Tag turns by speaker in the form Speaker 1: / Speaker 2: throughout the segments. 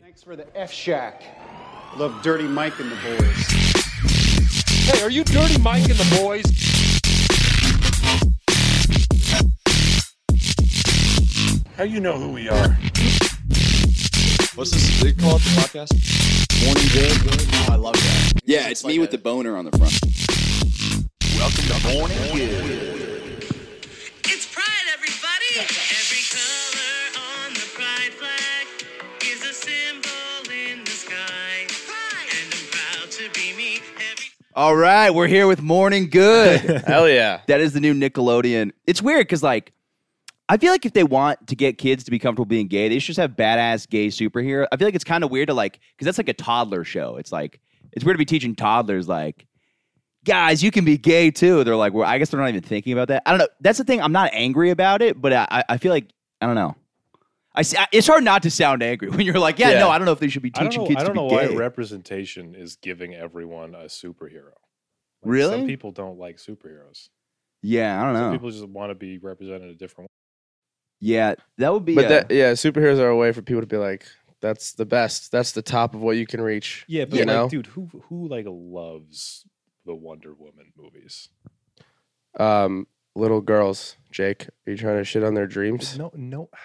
Speaker 1: Thanks for the F Shack. Love Dirty Mike and the boys.
Speaker 2: Hey, are you Dirty Mike and the boys? How you know who we are?
Speaker 3: What's this? They call it the podcast?
Speaker 4: Morning good. I love that.
Speaker 5: Yeah, it's me with the boner on the front.
Speaker 6: It's pride, everybody! Every color on the pride flag is a symbol in the sky. And I'm proud to be me. Every
Speaker 5: All right, we're here with Morning Good.
Speaker 3: Hell yeah.
Speaker 5: that is the new Nickelodeon. It's weird because, like, I feel like if they want to get kids to be comfortable being gay, they should just have badass gay superhero. I feel like it's kind of weird to, like, because that's like a toddler show. It's like, it's weird to be teaching toddlers, like, guys, you can be gay too. They're like, well, I guess they're not even thinking about that. I don't know. That's the thing. I'm not angry about it, but I, I- I feel like, I don't know. I, s- I- it's hard not to sound angry when you're like, yeah,
Speaker 3: Yeah.
Speaker 5: no, I don't know if they should be
Speaker 2: I
Speaker 5: teaching
Speaker 2: don't know,
Speaker 5: kids
Speaker 2: I don't
Speaker 5: to
Speaker 2: know
Speaker 5: be
Speaker 2: why
Speaker 5: gay.
Speaker 2: representation is giving everyone a superhero. Like,
Speaker 5: Really?
Speaker 2: Some people don't like superheroes.
Speaker 5: yeah, I don't know.
Speaker 2: Some people just want to be represented a different
Speaker 5: yeah, that would be.
Speaker 3: But
Speaker 5: uh,
Speaker 3: that yeah, superheroes are a way for people to be like, that's the best. That's the top of what you can reach.
Speaker 2: way. Yeah, but
Speaker 3: you
Speaker 2: like,
Speaker 3: know,
Speaker 2: dude, who who like loves the Wonder Woman movies?
Speaker 3: um, little girls, Jake, are you trying to shit on their dreams?
Speaker 2: No, no.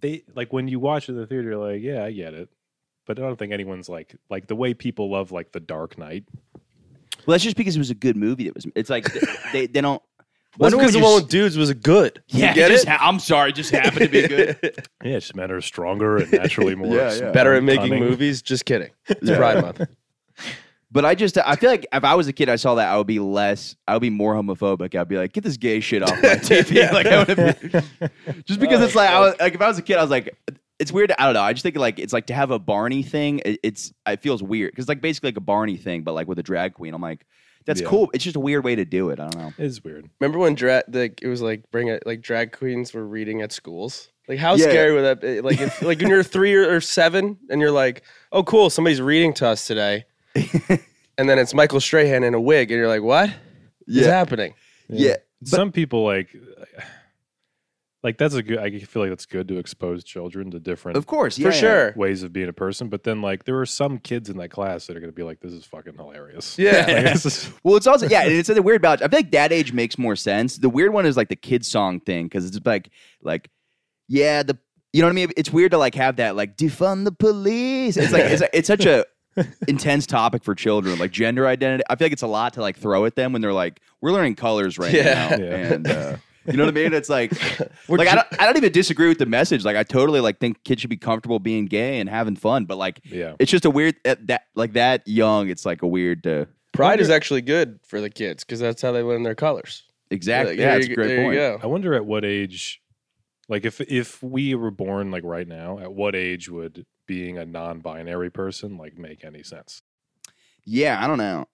Speaker 2: They like when you watch it in the theater, you're like, yeah, I get it. But I don't think anyone's like like the way people love like the Dark Knight.
Speaker 5: Well, that's just because it was a good movie. That was. It's like th- they they don't.
Speaker 3: That's
Speaker 5: Wonder
Speaker 3: because the
Speaker 5: Woman
Speaker 3: one with
Speaker 5: just-
Speaker 3: dudes was good. You
Speaker 5: yeah, it
Speaker 3: get
Speaker 5: just
Speaker 3: it?
Speaker 5: ha- I'm sorry, it just happened to be good.
Speaker 2: Yeah, it's just men are stronger and naturally more
Speaker 5: Yeah,
Speaker 2: s-
Speaker 5: yeah.
Speaker 3: Better at making
Speaker 2: cunning.
Speaker 3: movies. Just kidding. It's Pride Month.
Speaker 5: But I just I feel like if I was a kid, I saw that I would be less. I would be more homophobic. I'd be like, get this gay shit off my TV. Like I would be, just because it's like I was like if I was a kid, I was like. It's weird. I don't know. I just think like it's like to have a Barney thing. It, it's it feels weird because like basically like a Barney thing, but like with a drag queen. I'm like, that's
Speaker 2: Yeah.
Speaker 5: cool. It's just a weird way to do it. I don't know.
Speaker 2: It's weird.
Speaker 3: Remember when drag like it was like bring it like drag queens were reading at schools? Like how
Speaker 5: Yeah.
Speaker 3: scary would that be? Like if like when you're three or, or seven and you're like, oh cool, somebody's reading to us today, and then it's Michael Strahan in a wig, and you're like, what is happening?
Speaker 5: yeah.
Speaker 2: Some people like like that's a good. I feel like that's good to expose children to different
Speaker 5: Of course, yeah,
Speaker 3: For
Speaker 5: yeah.
Speaker 3: sure.
Speaker 2: ways of being a person. But then like there are some kids in that class that are going to be like, this is fucking hilarious.
Speaker 3: Yeah.
Speaker 2: Like, this is-
Speaker 5: Well, it's also yeah, and it's in the weird balance. I feel like that age makes more sense. The weird one is like the kid song thing because it's like like yeah, the you know what I mean. It's weird to like have that like defund the police. It's like it's, like- it's such a intense topic for children, like gender identity. I feel like it's a lot to like throw at them when they're like we're learning colors right
Speaker 3: Yeah.
Speaker 5: now,
Speaker 2: Yeah.
Speaker 5: and uh, you know what I mean. It's like like I don't I don't even disagree with the message. Like I totally like think kids should be comfortable being gay and having fun, but like
Speaker 2: yeah.
Speaker 5: it's just a weird at that like that young. It's like a weird. Uh,
Speaker 3: Pride is actually good for the kids because that's how they learn their colors.
Speaker 5: Exactly.
Speaker 3: Like,
Speaker 5: yeah,
Speaker 3: there
Speaker 5: that's a
Speaker 3: you-
Speaker 5: great
Speaker 3: there
Speaker 5: point.
Speaker 3: you
Speaker 2: I
Speaker 3: go.
Speaker 2: wonder at what age, like if if we were born like right now, at what age would being a non-binary person like make any sense?
Speaker 5: Yeah, I don't know.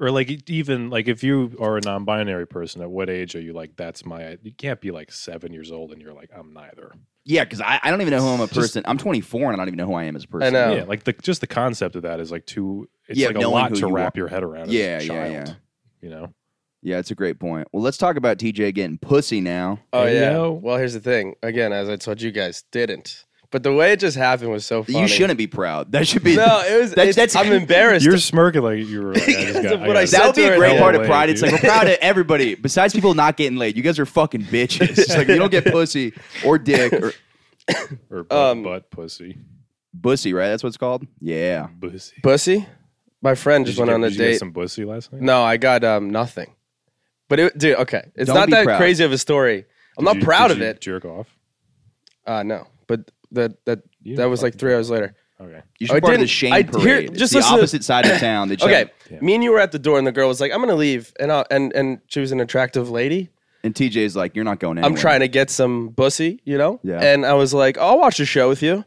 Speaker 2: Or like e- even like if you are a non-binary person, at what age are you like that's my? You can't be like seven years old and you're like I'm neither.
Speaker 5: Yeah, because I, I don't even know who I'm a
Speaker 2: Just-
Speaker 5: person. I'm 24 and I don't even know who I am as a person.
Speaker 3: know. Oh.
Speaker 2: Yeah, like the just the concept of that is like too. It's
Speaker 5: Yeah,
Speaker 2: like a
Speaker 5: knowing
Speaker 2: lot
Speaker 5: who
Speaker 2: to
Speaker 5: you
Speaker 2: wrap your head around. as a
Speaker 5: Yeah, yeah,
Speaker 2: child,
Speaker 5: yeah.
Speaker 2: You know,
Speaker 5: Yeah, it's a great point. Well, let's talk about TJ getting pussy now.
Speaker 3: Oh
Speaker 2: Hey,
Speaker 3: yeah.
Speaker 2: yo.
Speaker 3: Well, here's the thing. Again, as I told you guys, didn't. But the way it just happened was so funny.
Speaker 5: You shouldn't be proud. That should be.
Speaker 3: No, it was.
Speaker 5: That's-
Speaker 3: it's-
Speaker 5: that's-
Speaker 3: I'm embarrassed.
Speaker 2: you're smirking like you were. Like, I just
Speaker 3: Because
Speaker 2: got,
Speaker 3: of what I
Speaker 2: got-
Speaker 3: said
Speaker 5: that would be a
Speaker 3: Censor
Speaker 5: great
Speaker 3: it.
Speaker 5: part of
Speaker 2: Wait,
Speaker 5: pride. It's like we're
Speaker 2: dude.
Speaker 5: proud of everybody. Besides people not getting laid, you guys are fucking bitches. It's like you don't get pussy or dick or
Speaker 2: or butt,
Speaker 3: Um,
Speaker 2: butt pussy,
Speaker 5: bussy, right? That's what it's called. Yeah.
Speaker 2: pussy.
Speaker 3: Bussy, my friend
Speaker 2: Did
Speaker 3: just
Speaker 2: you
Speaker 3: went
Speaker 2: get-
Speaker 3: on a
Speaker 2: did you get
Speaker 3: date.
Speaker 2: some pussy last night.
Speaker 3: No, I got um nothing. But it, dude, okay, it's
Speaker 5: Don't
Speaker 3: not
Speaker 5: be
Speaker 3: that
Speaker 5: proud.
Speaker 3: crazy of a story. I'm not
Speaker 2: Did you-
Speaker 3: proud
Speaker 2: did
Speaker 3: of
Speaker 2: you
Speaker 3: it.
Speaker 2: Jerk off.
Speaker 3: Uh, no, but that that
Speaker 2: You
Speaker 3: that
Speaker 2: didn't
Speaker 3: was like
Speaker 2: fucking
Speaker 3: three hours later.
Speaker 2: Okay.
Speaker 3: Oh,
Speaker 5: You
Speaker 3: I
Speaker 5: should be part of the
Speaker 3: didn't-
Speaker 5: shame
Speaker 3: I- here,
Speaker 5: parade. It's
Speaker 3: just
Speaker 5: the
Speaker 3: listen to-
Speaker 5: opposite side of town. They just
Speaker 3: Okay,
Speaker 2: Yeah.
Speaker 3: me and you were at the door, and the girl was like, "I'm gonna leave," and I, and and she was an attractive lady.
Speaker 5: and TJ's like, you're not going anywhere.
Speaker 3: I'm trying to get some bussy, you know?
Speaker 5: Yeah.
Speaker 3: And I was like, I'll watch a show with you.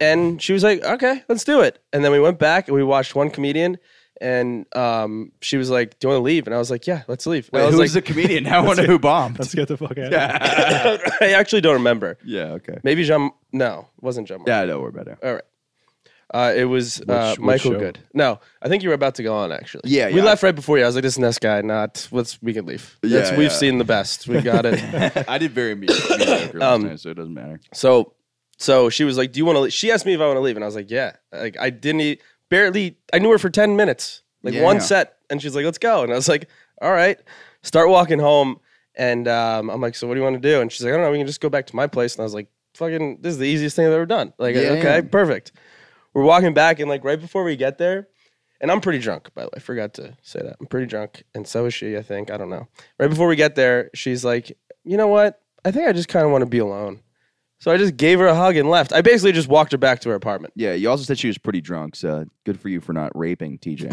Speaker 3: And she was like, okay, let's do it. And then we went back and we watched one comedian. And um, she was like, do you want to leave? And I was like, yeah, let's leave. And I
Speaker 5: Wait,
Speaker 3: was
Speaker 5: who's
Speaker 3: like,
Speaker 5: the comedian? Now I wonder who bombed.
Speaker 2: Let's get the fuck out. of here.
Speaker 5: yeah.
Speaker 3: I actually don't remember.
Speaker 5: Yeah. Okay.
Speaker 3: Maybe Jean, no, it wasn't Jean. Marc.
Speaker 5: Yeah. I know we're better.
Speaker 3: All right. Uh, it was uh,
Speaker 2: which
Speaker 3: Michael
Speaker 2: show?
Speaker 3: Good. No, I think you were about to go on actually.
Speaker 5: Yeah,
Speaker 3: we
Speaker 5: yeah.
Speaker 3: left right before you. I was like, "This next guy, not let's we can leave.
Speaker 5: Yeah,
Speaker 3: That's- we've
Speaker 5: yeah.
Speaker 3: seen the best. We got it."
Speaker 5: I did very mediocre last
Speaker 3: Um,
Speaker 5: night, so it doesn't matter.
Speaker 3: So So she was like, "Do you want to?" leave? She asked me if I want to leave, and I was like, "Yeah." Like I didn't e- barely. I knew her for ten minutes, like
Speaker 5: Yeah.
Speaker 3: one set, and she's like, "Let's go," and I was like, "All right." Start walking home, and um, I'm like, "So what do you want to do?" And she's like, "I don't know. We can just go back to my place." And I was like, "Fucking, this is the easiest thing I've ever done." Like,
Speaker 5: Yeah.
Speaker 3: okay, perfect. We're walking back, and like right before we get there, and I'm pretty drunk, by the way. I forgot to say that. I'm pretty drunk, and so is she. I think I don't know. Right before we get there, she's like, "You know what? I think I just kind of want to be alone." So I just gave her a hug and left. I basically just walked her back to her apartment.
Speaker 5: Yeah, you also said she was pretty drunk, so good for you for not raping TJ.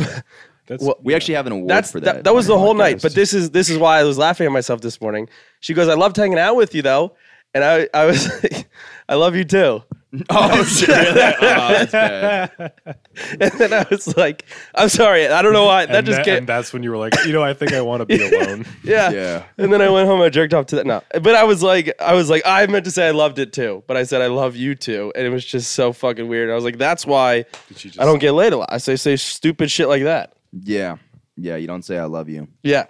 Speaker 2: That's
Speaker 3: Well,
Speaker 5: we actually have an award
Speaker 3: That's
Speaker 5: for
Speaker 3: that,
Speaker 5: that.
Speaker 3: that. was the whole night.
Speaker 5: podcast.
Speaker 3: But this is this is why I was laughing at myself this morning. She goes, "I loved hanging out with you though," and I I was like, "I love you too."
Speaker 5: oh, shit. Oh, that's bad.
Speaker 3: And then I was like, "I'm sorry, I don't know why that
Speaker 2: and
Speaker 3: just
Speaker 2: tha-
Speaker 3: came."
Speaker 2: and that's when you were like, you know, I think I want to be alone.
Speaker 3: yeah.
Speaker 5: Yeah.
Speaker 3: And then I went home. I jerked off to that. No, but I was like, I was like, I meant to say I loved it too, but I said I love you too, and it was just so fucking weird. I was like, that's why
Speaker 2: She just-
Speaker 3: I don't get laid a lot. I say say stupid shit like that.
Speaker 5: Yeah. Yeah, you don't say I love you.
Speaker 3: Yeah.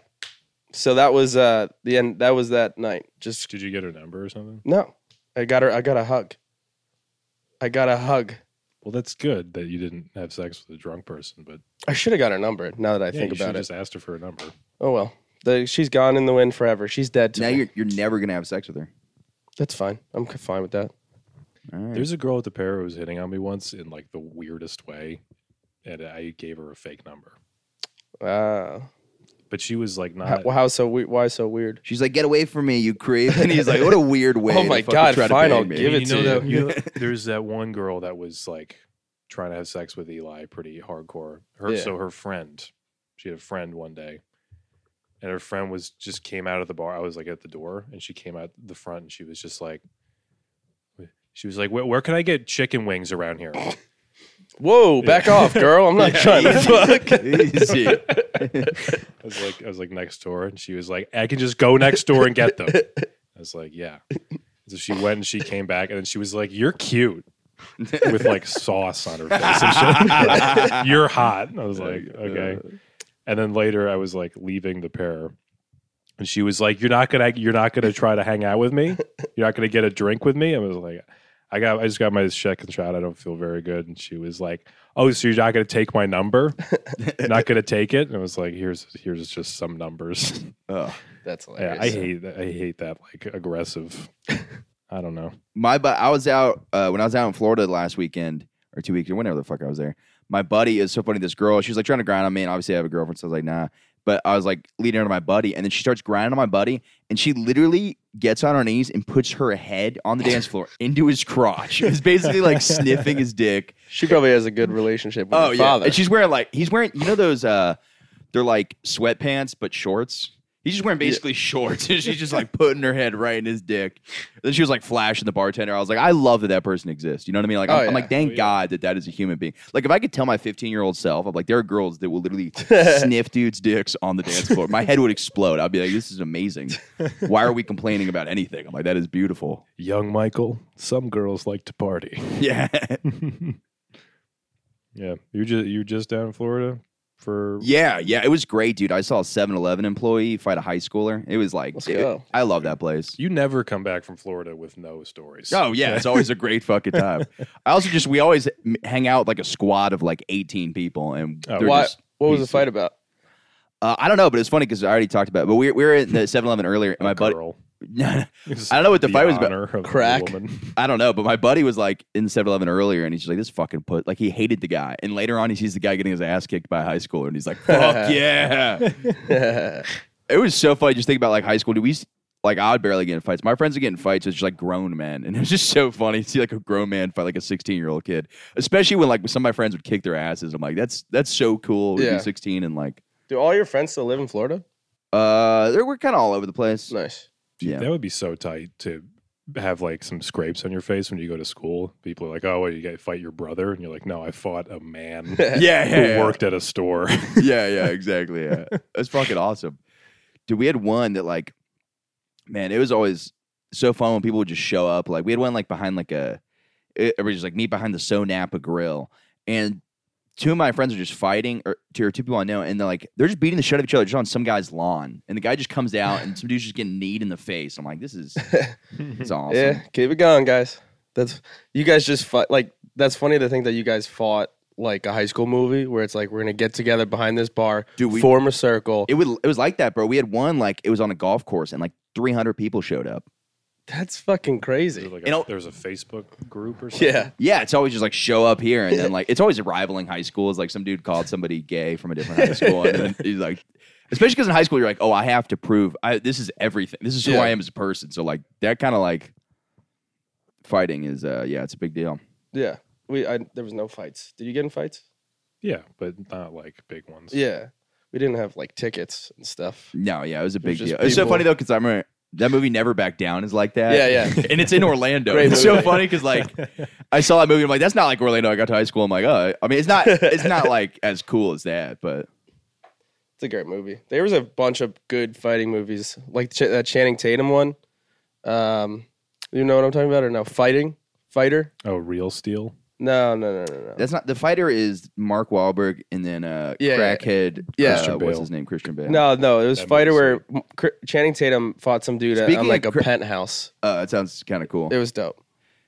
Speaker 3: So that was uh the end. That was that night. Just
Speaker 2: Did you get her number or something?
Speaker 3: no. I got her. I got a hug. I got a hug.
Speaker 2: Well, that's good that you didn't have sex with a drunk person, but
Speaker 3: I should have got her number. Now that I
Speaker 2: yeah,
Speaker 3: think
Speaker 2: you should
Speaker 3: about it.
Speaker 2: just asked her for a number.
Speaker 3: Oh well. The, she's gone in the wind forever. She's dead to
Speaker 5: Now
Speaker 3: me.
Speaker 5: you're you're never gonna have sex with her.
Speaker 3: That's fine. I'm c- fine with that.
Speaker 5: All
Speaker 3: Hmm.
Speaker 5: right.
Speaker 2: There's a girl at the pair who was hitting on me once in like the weirdest way, and I gave her a fake number.
Speaker 3: Uh,
Speaker 2: But she was like not.
Speaker 3: how, how so? We, why so weird?
Speaker 5: She's like, "Get away from me, you creep!" And he's like, "What a weird way!"
Speaker 3: Oh
Speaker 5: to
Speaker 3: my
Speaker 5: fucking
Speaker 3: God,
Speaker 5: try to
Speaker 3: fine,
Speaker 5: bang
Speaker 3: I'll
Speaker 5: me."
Speaker 3: give it
Speaker 2: you
Speaker 3: to
Speaker 2: know
Speaker 3: you.
Speaker 2: that- you know, there's that one girl that was like trying to have sex with Eli pretty hardcore. Her
Speaker 3: Yeah.
Speaker 2: so her friend, she had a friend one day, and her friend was just came out of the bar. I was like at the door, and she came out the front, and she was just like, she was like, "Where, where can I get chicken wings around here?"
Speaker 3: Whoa! Back off, girl. I'm not trying to fuck.
Speaker 5: Easy.
Speaker 2: I was like, I was like next door, and she was like, I can just go next door and get them. I was like, yeah. So she went and she came back, and then she was like, "You're cute," with like sauce on her face. And shit. Like, You're hot. And I was like, okay. And then later, I was like leaving the pair, and she was like, "You're not gonna, you're not gonna try to hang out with me. You're not gonna get a drink with me." I was like, "I got, I just got my second shot. I don't feel very good." And she was like, "Oh, so you're not gonna take my number?" not gonna take it. And I was like, here's here's just some numbers.
Speaker 5: Ugh.
Speaker 3: That's
Speaker 2: Yeah,
Speaker 3: hilarious.
Speaker 2: I hate that. I hate that like aggressive. I don't know.
Speaker 5: my but I was out uh, when I was out in Florida last weekend or two weeks or whenever the fuck I was there. My buddy is so funny. This girl, she's like trying to grind on me, and obviously I have a girlfriend, so I was like, nah. But I was like leading her to my buddy, and then she starts grinding on my buddy, and she literally gets on her knees and puts her head on the dance floor into his crotch. It's basically like sniffing his dick.
Speaker 3: She probably has a good relationship with her father.
Speaker 5: Oh, and she's wearing like he's wearing you know those uh they're like sweatpants but shorts. He's just wearing basically shorts, and she's just like putting her head right in his dick. Then she was like flashing the bartender. I was like, I love that that person exists. You know what I mean? Like, I'm,
Speaker 3: Oh,
Speaker 5: I'm
Speaker 3: yeah.
Speaker 5: like, thank
Speaker 2: Oh, yeah.
Speaker 5: God that that is a human being. Like, if I could tell my 15 year old self, I'm like, there are girls that will literally sniff dudes' dicks on the dance floor. My head would explode. I'd be like, this is amazing. Why are we complaining about anything? I'm like, that is beautiful.
Speaker 2: Young Michael, some girls like to party.
Speaker 5: Yeah,
Speaker 2: Yeah, you're just you're just down in Florida for
Speaker 5: yeah, yeah. It was great, dude. I saw a 7-Eleven employee fight a high schooler. It was like,
Speaker 3: Let's
Speaker 5: it-
Speaker 3: go.
Speaker 5: I love that place.
Speaker 2: you never come back from Florida with no stories.
Speaker 5: Oh yeah, it's always a great fucking time. I also just we always m- hang out like a squad of like eighteen people, and
Speaker 2: Oh,
Speaker 5: they're
Speaker 3: Why-
Speaker 5: just-
Speaker 3: what was the
Speaker 5: pieces.
Speaker 3: fight about?
Speaker 5: uh, I don't know, but it's funny because I already talked about. It, but we, we were in the 7-Eleven earlier, and my buddy.
Speaker 2: Oh, girl.
Speaker 5: I don't know what the fight was about.
Speaker 2: honor of the
Speaker 3: Crack.
Speaker 2: woman.
Speaker 5: I don't know, but my buddy was like in 7-Eleven earlier, and he's just like this fucking put. Like he hated the guy, and later on he sees the guy getting his ass kicked by a high schooler, and he's like, "Fuck yeah!" it was so funny just think about like high school. Do we s- like I would barely get in fights. My friends would get in fights. It's just like grown men, and it was just so funny to see like a grown man fight like a sixteen year old kid, especially when like some of my friends would kick their asses. I'm like, that's that's so cool. to
Speaker 3: Yeah.
Speaker 5: be sixteen and like
Speaker 3: Do all your friends still live in Florida?
Speaker 5: uh, they're- we're kind of all over the place.
Speaker 3: Nice.
Speaker 5: Yeah,
Speaker 2: That would be so tight to have like some scrapes on your face when you go to school. People are like, "Oh, well, you got to fight your brother," and you're like, "No, I fought a man
Speaker 5: yeah, yeah,
Speaker 2: who
Speaker 5: yeah.
Speaker 2: worked at a store."
Speaker 5: yeah, yeah, exactly. Yeah. That's fucking awesome. Dude, we had one that like, man, it was always so fun when people would just show up. Like we had one like behind like a it, everybody's like meet behind the So Napa grill. And two of my friends are just fighting, or two or two people I know, and they're like, they're just beating the shit out of each other just on some guy's lawn. And the guy just comes out and some dude's just getting kneed in the face. I'm like, this is it's awesome.
Speaker 3: Yeah, keep it going, guys. That's you guys just fight like that's funny to think that you guys fought like a high school movie where it's like we're gonna get together behind this bar,
Speaker 5: Dude, we-
Speaker 3: form a circle.
Speaker 5: It would. It was like that, bro. We had one like it was on a golf course, and like 300 people showed up.
Speaker 3: that's fucking
Speaker 2: There's
Speaker 3: crazy.
Speaker 2: like
Speaker 5: You
Speaker 2: a,
Speaker 5: know-
Speaker 2: there's a Facebook group or something.
Speaker 3: Yeah.
Speaker 5: Yeah, it's always just like show up here, and then like it's always rivaling high schools. Like some dude called somebody gay from a different high school, and then he's like, especially because in high school you're like, oh, I have to prove I, this is everything. This is who
Speaker 3: Yeah.
Speaker 5: I am as a person. So like that kind of like fighting is, uh yeah, it's a big deal.
Speaker 3: Yeah. We I there was no fights. Did you get in fights?
Speaker 2: Yeah, but not like big ones.
Speaker 3: Yeah. We didn't have like tickets and stuff.
Speaker 5: No, yeah, it was a big
Speaker 3: just
Speaker 5: deal. It's so
Speaker 3: people-
Speaker 5: funny though because I remember that movie Never Back Down is like that.
Speaker 3: Yeah, yeah.
Speaker 5: and it's in Orlando.
Speaker 3: Great
Speaker 5: it's so
Speaker 3: movie.
Speaker 5: funny because like I saw that movie, I'm like, that's not like Orlando. I got to high school, I'm like, oh, I mean, it's not, it's not like as cool as that, but
Speaker 3: It's a great movie. There was a bunch of good fighting movies, like Ch- that Channing Tatum one. Um, you know what I'm talking about or no? Fighting, fighter.
Speaker 2: Oh, real steel.
Speaker 3: No, no, no, no, no.
Speaker 5: that's not. The fighter is Mark Wahlberg, and then uh,
Speaker 3: Yeah, yeah,
Speaker 5: crackhead.
Speaker 3: yeah.
Speaker 5: uh,
Speaker 2: Christian
Speaker 5: what's
Speaker 2: Bale.
Speaker 5: his name? Christian Bale.
Speaker 3: No, no, it was
Speaker 2: That
Speaker 3: fighter
Speaker 2: movie's
Speaker 3: where M- Cr- Channing Tatum fought some dude at,
Speaker 5: Speaking
Speaker 3: on
Speaker 5: of
Speaker 3: like a
Speaker 5: cra-
Speaker 3: penthouse.
Speaker 5: uh, it sounds kind of cool.
Speaker 3: It was dope.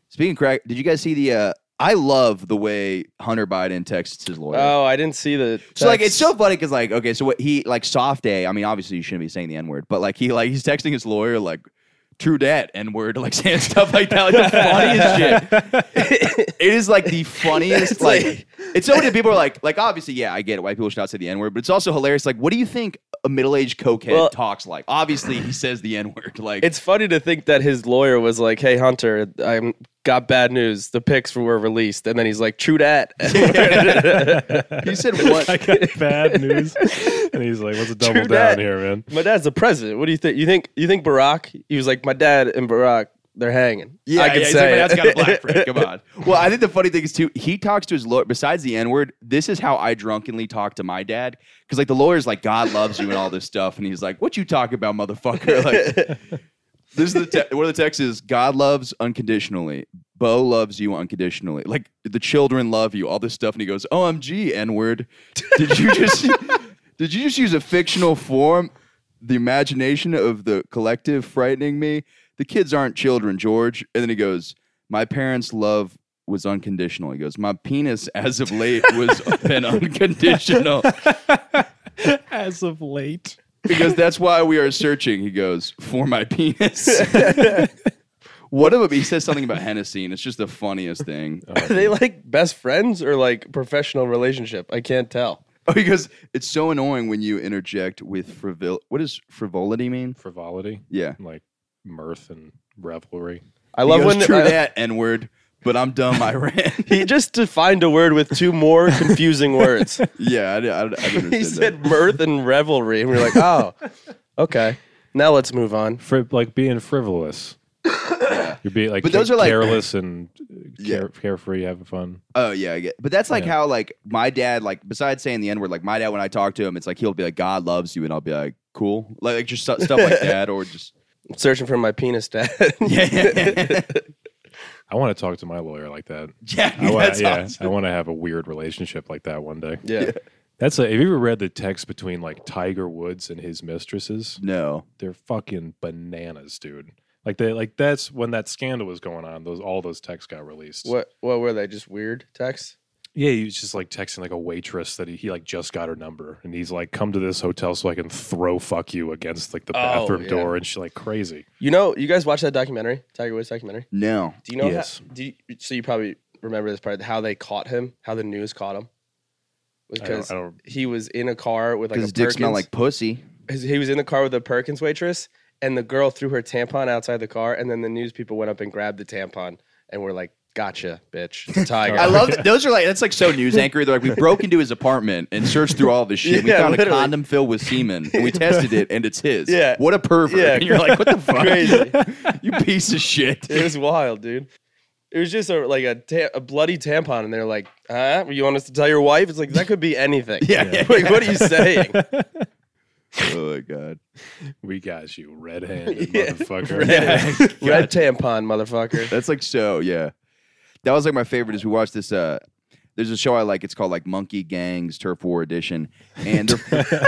Speaker 5: Speaking of crack, did you guys see the? Uh, I love the way Hunter Biden texts his lawyer.
Speaker 3: Oh, I didn't see the.
Speaker 5: So like it's so
Speaker 3: text.
Speaker 5: funny because like okay, so what he like soft day. I mean, obviously you shouldn't be saying the n word, but like he like he's texting his lawyer like true debt n word like saying stuff like that. Like the funniest shit. it is like the funniest. like, it's so many people are like like obviously yeah I get it. White people should not say the n word, but it's also hilarious. Like what do you think a middle aged cokehead
Speaker 3: Well-
Speaker 5: talks like? Obviously he says the n word. Like
Speaker 3: It's funny to think that his lawyer was like, "Hey Hunter, I'm got bad news. The pics were released," and then he's like, "True that."
Speaker 5: he said what?
Speaker 2: I got bad news. And he's like, what's a double
Speaker 3: True
Speaker 2: down
Speaker 3: that.
Speaker 2: here, man?
Speaker 3: My dad's the president. What do you think? You think you think Barack? He was like, my dad and Barack, they're hanging.
Speaker 5: Yeah,
Speaker 3: I can
Speaker 5: yeah, he's
Speaker 3: say
Speaker 5: like,
Speaker 3: it.
Speaker 5: "My dad's got a black friend. Come on. Well, I think the funny thing is too, he talks to his lawyer. Besides the N word, this is how I drunkenly talk to my dad because like the lawyer's like, God loves you and all this stuff, and he's like, What you talk about, motherfucker? Like, this is the te- one of the texts is God loves unconditionally. Bo loves you unconditionally. Like the children love you. All this stuff, and he goes, OMG, N word. Did you just did you just use a fictional form? the imagination of the collective frightening me. The kids aren't children, George. And then he goes, My parents' love was unconditional. He goes, My penis as of late was been unconditional.
Speaker 2: As of late.
Speaker 5: He goes, That's why we are searching. He goes, For my penis. One of them, he says something about Hennessy, and it's just the funniest thing.
Speaker 3: Are they like best friends or like professional relationship? I can't tell.
Speaker 5: Oh, he goes, It's so annoying when you interject with frivol. What does frivolity mean?
Speaker 2: Frivolity,
Speaker 5: Yeah.
Speaker 2: like mirth and revelry.
Speaker 3: I
Speaker 5: He
Speaker 3: love
Speaker 5: goes,
Speaker 3: when
Speaker 5: True
Speaker 3: I-
Speaker 5: that, N word, but I'm dumb. I ran.
Speaker 3: he just defined a word with two more confusing words.
Speaker 5: yeah, I, di- I, di- I didn't understand
Speaker 3: he
Speaker 5: that.
Speaker 3: said mirth and revelry, and we are like, oh, okay. Now let's move on.
Speaker 2: Fri- like being frivolous. You're being like,
Speaker 5: But those
Speaker 2: ca-
Speaker 5: are, like-
Speaker 2: careless and uh,
Speaker 5: Yeah.
Speaker 2: care- carefree, having fun.
Speaker 5: Oh yeah, I get. But that's like
Speaker 2: Yeah.
Speaker 5: how like my dad like besides saying the n word, like my dad when I talk to him, it's like he'll be like God loves you, and I'll be like cool, like, like, just stu- stuff like that, or just
Speaker 3: I'm searching for my penis dad.
Speaker 5: yeah,
Speaker 2: I want to talk to my lawyer like that. I
Speaker 3: Oh,
Speaker 5: yeah,
Speaker 2: wanna,
Speaker 5: that's
Speaker 2: yeah,
Speaker 5: awesome.
Speaker 2: I want to have a weird relationship like that one day.
Speaker 3: yeah.
Speaker 2: That's a, have you ever read the text between like Tiger Woods and his mistresses?
Speaker 5: No,
Speaker 2: They're fucking bananas, dude. Like they like that's when that scandal was going on. Those all those texts got released.
Speaker 3: What what were they? Just weird texts?
Speaker 2: Yeah, he was just like texting like a waitress that he, he like just got her number, and he's like, "Come to this hotel so I can throw fuck you against like the
Speaker 3: Oh,
Speaker 2: bathroom
Speaker 3: yeah.
Speaker 2: door," and she's like crazy.
Speaker 3: You know, you guys watch that documentary, Tiger Woods documentary?
Speaker 5: no.
Speaker 3: Do you know?
Speaker 2: Yes.
Speaker 3: How, do you, so you probably remember this part? How they caught him? How the news caught him?
Speaker 2: I don't,
Speaker 3: Because
Speaker 2: I don't.
Speaker 3: he was in a car with like
Speaker 5: Because
Speaker 3: a
Speaker 5: dick
Speaker 3: Perkins.
Speaker 5: smell like pussy.
Speaker 3: his- he was in the car with a Perkins waitress, and the girl threw her tampon outside the car, and then the news people went up and grabbed the tampon and were like, "Gotcha, bitch, it's a tiger."
Speaker 5: I love those are like that's like so news anchor. They're like we broke into his apartment and searched through all of his shit. we
Speaker 3: Yeah,
Speaker 5: found
Speaker 3: literally.
Speaker 5: a condom filled with semen and we tested it and it's his.
Speaker 3: Yeah.
Speaker 5: what a pervert.
Speaker 3: Yeah,
Speaker 5: and you're like what the fuck,
Speaker 3: crazy.
Speaker 5: you piece of shit.
Speaker 3: It was wild, dude. It was just a like a, ta- a bloody tampon, and they're like, "Huh? You want us to tell your wife?" It's like that could be anything.
Speaker 5: Yeah, yeah.
Speaker 3: Like, what are you saying?
Speaker 5: oh my god.
Speaker 2: We got you, red handed
Speaker 3: Yeah.
Speaker 2: motherfucker.
Speaker 3: Red tampon, motherfucker.
Speaker 5: That's like so, yeah. That was like my favorite is we watched this uh there's a show I like, it's called like Monkey Gangs Turf War Edition. And they're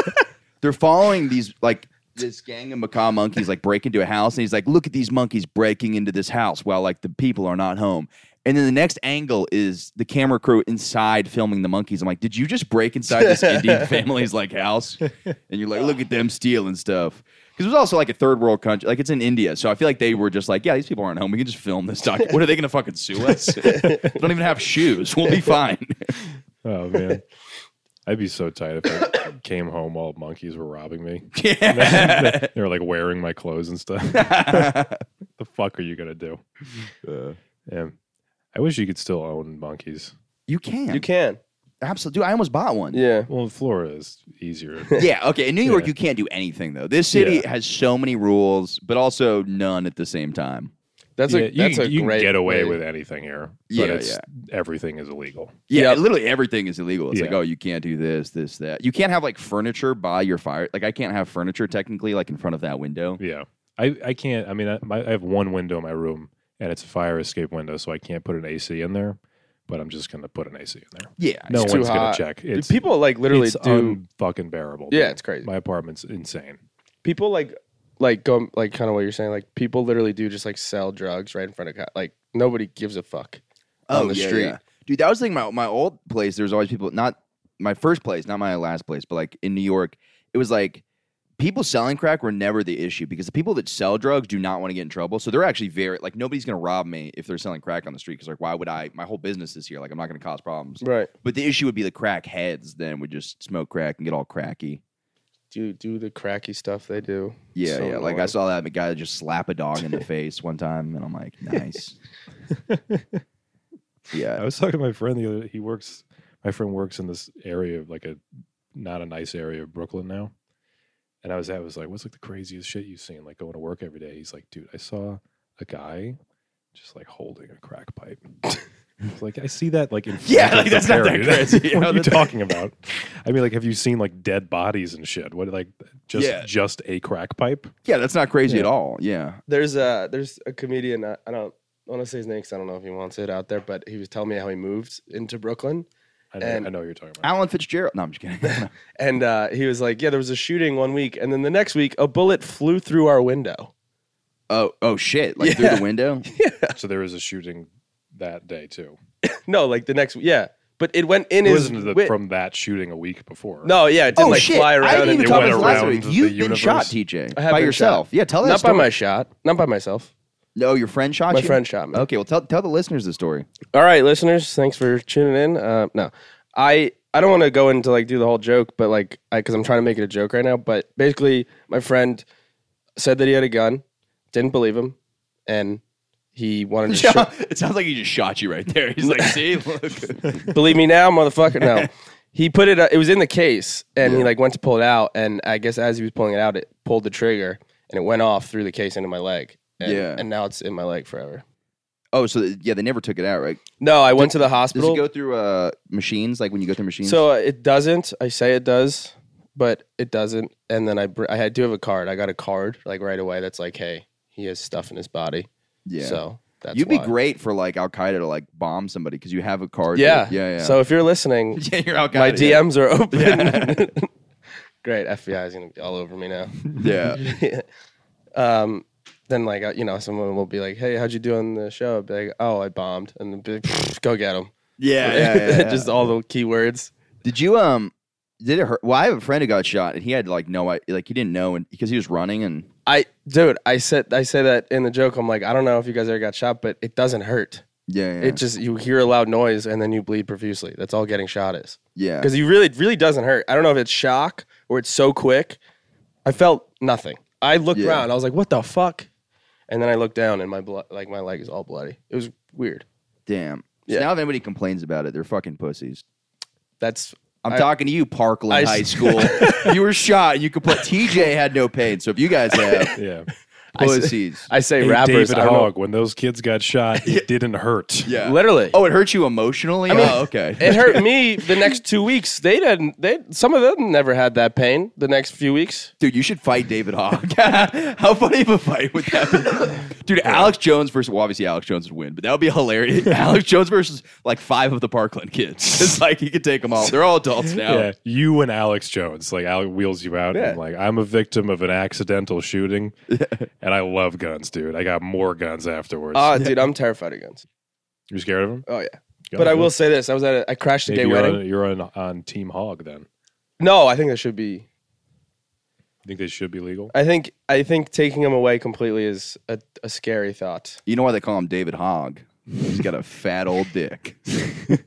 Speaker 5: they're following these like this gang of macaw monkeys like break into a house and he's like look at these monkeys breaking into this house while like the people are not home and then the next angle is the camera crew inside filming the monkeys i'm like did you just break inside this indian family's like house and you're like look at them stealing stuff because it was also like a third world country like it's in india so i feel like they were just like yeah these people aren't home we can just film this doc what are they gonna fucking sue us they don't even have shoes we'll be fine
Speaker 2: Oh man, I'd be so tight if I came home while monkeys were robbing me.
Speaker 5: yeah.
Speaker 2: they were like wearing my clothes and stuff. the fuck are you gonna do? Yeah. I wish you could still own monkeys.
Speaker 5: you can
Speaker 3: You can.
Speaker 5: absolutely dude, i almost bought one
Speaker 3: Yeah.
Speaker 2: Well, in Florida is easier.
Speaker 5: yeah, okay. In New York,
Speaker 2: Yeah.
Speaker 5: you can't do anything though. This city
Speaker 2: Yeah.
Speaker 5: has so many rules, but also none at the same time.
Speaker 3: That's
Speaker 2: Yeah,
Speaker 3: a that's
Speaker 2: you,
Speaker 3: a
Speaker 2: can- you can
Speaker 3: great
Speaker 2: get away
Speaker 3: way.
Speaker 2: with anything here. But
Speaker 5: Yeah,
Speaker 2: it's, everything is illegal.
Speaker 5: Yeah,
Speaker 3: Yep.
Speaker 5: literally everything is illegal. It's like,
Speaker 2: Yeah.
Speaker 5: oh, you can't do this, this, that. You can't have like furniture by your fire. Like, I can't have furniture technically like in front of that window.
Speaker 2: Yeah, I, I can't. I mean, I, my, I have one window in my room, and it's a fire escape window, so I can't put an AC in there. But I'm just gonna put an AC in there.
Speaker 5: Yeah,
Speaker 2: No
Speaker 3: too
Speaker 2: one's gonna
Speaker 3: hot.
Speaker 2: check.
Speaker 3: Dude,
Speaker 2: It's
Speaker 3: people like literally
Speaker 2: it's
Speaker 3: do.
Speaker 2: fucking bearable.
Speaker 3: yeah, it's crazy.
Speaker 2: my apartment's insane.
Speaker 3: people like like go like kind of what you're saying. Like people literally do just like sell drugs right in front of co- like nobody gives a fuck. on the street.
Speaker 5: Oh, Dude, that was the thing. My my old place, there was always people. Not my first place, not my last place, but like in New York, it was like people selling crack were never the issue because the people that sell drugs do not want to get in trouble. So they're actually very like nobody's gonna rob me if they're selling crack on the street because like why would I? My whole business is here. Like I'm not gonna cause problems.
Speaker 3: Right.
Speaker 5: But the issue would be the crack heads. Then would just smoke crack and get all cracky.
Speaker 3: Do do the cracky stuff they do.
Speaker 5: Yeah,
Speaker 3: So
Speaker 5: yeah. Like I
Speaker 3: annoying.
Speaker 5: saw that guy just slap a dog in the face one time, and I'm like, nice.
Speaker 2: I
Speaker 5: yeah.
Speaker 2: was talking to my friend the other. He works. My friend works in this area of like a not a nice area of Brooklyn now. And I was I was like, what's like the craziest shit you've seen? Like going to work every day. He's like, dude, I saw a guy just like holding a crack pipe. It's like I see that like in
Speaker 5: Yeah,
Speaker 2: French
Speaker 5: like, that's not that
Speaker 2: Ontario.
Speaker 5: crazy. Yeah,
Speaker 2: what are you
Speaker 5: that's-
Speaker 2: talking about? I mean, like, have you seen like dead bodies and shit? What like just
Speaker 5: Yeah.
Speaker 2: just a crack pipe?
Speaker 5: Yeah, that's not crazy
Speaker 2: Yeah.
Speaker 5: at all. Yeah.
Speaker 3: there's a there's a comedian I, I don't want to say his name because I don't know if he wants it out there, but he was telling me how he moved into Brooklyn,
Speaker 2: I know,
Speaker 3: And-
Speaker 2: I know what you're talking about.
Speaker 5: Alan Fitzgerald. No, I'm just kidding.
Speaker 3: and uh, he was like, "Yeah, there was a shooting one week, and then the next week a bullet flew through our window."
Speaker 5: Oh, oh shit! Like through
Speaker 3: Yeah.
Speaker 5: the window.
Speaker 2: So there was a shooting that day too.
Speaker 3: No, like the next, yeah, but it went in
Speaker 2: It
Speaker 3: his.
Speaker 2: wasn't the,
Speaker 3: wi-
Speaker 2: from that shooting a week before.
Speaker 3: no, yeah, it didn't
Speaker 5: oh
Speaker 3: like
Speaker 5: shit!
Speaker 3: fly
Speaker 5: I
Speaker 3: around.
Speaker 5: didn't
Speaker 3: and
Speaker 5: even
Speaker 2: it
Speaker 5: talk
Speaker 2: went
Speaker 5: about this last
Speaker 2: around
Speaker 5: week.
Speaker 2: the
Speaker 5: You've been
Speaker 2: universe.
Speaker 5: shot, TJ,
Speaker 3: I have
Speaker 5: by
Speaker 3: been
Speaker 5: yourself.
Speaker 3: shot.
Speaker 5: Yeah, tell that
Speaker 3: Not by
Speaker 5: story.
Speaker 3: my shot, not by myself.
Speaker 5: No, your friend shot
Speaker 3: My
Speaker 5: you.
Speaker 3: friend shot me.
Speaker 5: Okay, well tell tell the listeners the story.
Speaker 3: All right, listeners, thanks for tuning in. Uh, no, I I don't want to go into like do the whole joke, but like because I'm trying to make it a joke right now. But basically, my friend said that he had a gun, didn't believe him, and he wanted to shoot.
Speaker 5: it sounds like he just shot you right there. He's like, see, look.
Speaker 3: believe me now, motherfucker. No, he put it. Uh, it was in the case, and he like went to pull it out, and I guess as he was pulling it out, it pulled the trigger, and it went off through the case into my leg. And,
Speaker 5: Yeah.
Speaker 3: and now it's in my leg forever.
Speaker 5: oh, so yeah, they never took it out, right?
Speaker 3: No, I went to the
Speaker 5: Does
Speaker 3: hospital.
Speaker 5: it go through uh, machines? Like when you go through machines?
Speaker 3: So uh, it doesn't. I say it does, but it doesn't. And then I br- I had- do have a card. I got a card like right away. That's like, hey, he has stuff in his body.
Speaker 5: yeah.
Speaker 3: So that's
Speaker 5: You'd be
Speaker 3: why.
Speaker 5: great for like Al Qaeda to like bomb somebody because you have a card.
Speaker 3: Yeah.
Speaker 5: that- yeah, yeah.
Speaker 3: So if you're listening,
Speaker 5: yeah, you're Al Qaeda.
Speaker 3: my
Speaker 5: yeah.
Speaker 3: DMs are open. great. FBI is gonna be all over me now.
Speaker 5: Yeah.
Speaker 3: Um, then like uh, you know, someone will be like, hey, how'd you do on the show? I'd be like, oh, I bombed, and then be like, "Pfft, go get him.
Speaker 5: Yeah, yeah, yeah, yeah.
Speaker 3: Just all the keywords.
Speaker 5: Did you um? Did it hurt? Well, I have a friend who got shot, and he had like no, i- like he didn't know, and because he was running, and
Speaker 3: I, dude, I said, I say that in the joke. I'm like, I don't know if you guys ever got shot, but it doesn't hurt.
Speaker 5: yeah, yeah,
Speaker 3: It just you hear a loud noise and then you bleed profusely. That's all getting shot is
Speaker 5: yeah.
Speaker 3: because you really it really doesn't hurt. I don't know if it's shock or it's so quick. I felt nothing. I looked
Speaker 5: Yeah.
Speaker 3: around. I was like, "What the fuck?" And then I looked down and my blood, like my leg, is all bloody. It was weird.
Speaker 5: Damn.
Speaker 3: Yeah.
Speaker 5: So now if anybody complains about it, they're fucking pussies.
Speaker 3: That's
Speaker 5: I'm
Speaker 3: I-
Speaker 5: talking to you, Parkland
Speaker 3: I-
Speaker 5: High School. you were shot, and you complained. TJ had no pain, so if you guys have,
Speaker 2: Yeah.
Speaker 3: Pussies.
Speaker 5: Pussies.
Speaker 3: I say
Speaker 2: Hey,
Speaker 3: rappers.
Speaker 2: David
Speaker 3: I don't know.
Speaker 2: Hogg, when those kids got shot, it didn't hurt.
Speaker 5: Yeah.
Speaker 3: Literally.
Speaker 5: Oh, it hurt you emotionally. oh, okay.
Speaker 3: It hurt me the next two weeks. They didn't. They some of them never had that pain the next few weeks.
Speaker 5: Dude, you should fight David Hogg. How funny of a fight would that be? Dude, Alex Jones versus, well, obviously Alex Jones would win, but that would be hilarious. Alex Jones versus like five of the Parkland kids. It's like he could take them all. They're all adults now.
Speaker 2: Yeah, you and Alex Jones, like Alex wheels you out,
Speaker 3: Yeah.
Speaker 2: and like I'm a victim of an accidental shooting, and I love guns, dude. I got more guns afterwards.
Speaker 3: Ah, dude, I'm terrified of guns.
Speaker 2: You're scared of them?
Speaker 3: Oh yeah. But I will say this: I was at a, I crashed a
Speaker 2: Maybe
Speaker 3: gay
Speaker 2: you're
Speaker 3: wedding.
Speaker 2: on, you're on on Team Hog then.
Speaker 3: No, I think that should be.
Speaker 2: You think they should be legal?
Speaker 3: I think I think taking them away completely is a, a scary thought.
Speaker 5: You know why they call him David Hogg? He's got a fat old dick.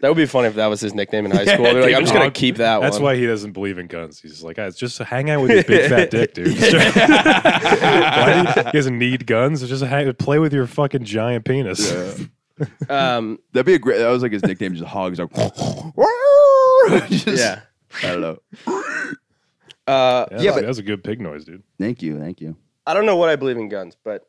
Speaker 3: That would be funny if that was his nickname in high school. They're like,
Speaker 2: David
Speaker 3: I'm just gonna
Speaker 2: Hogg.
Speaker 3: keep that
Speaker 2: That's
Speaker 3: one.
Speaker 2: why he doesn't believe in guns. He's just like, guys, just hang out with your big fat dick, dude. Why do you, he doesn't need guns. Just hang, play with your fucking giant penis.
Speaker 3: Um,
Speaker 5: That'd be a great. That was like his nickname, just Hog's like. just-
Speaker 3: yeah.
Speaker 5: I don't know.
Speaker 3: Uh,
Speaker 2: Yeah, that's,
Speaker 5: but-
Speaker 2: that's a good pig noise, dude.
Speaker 5: Thank you, thank you.
Speaker 3: I don't know what I believe in guns, but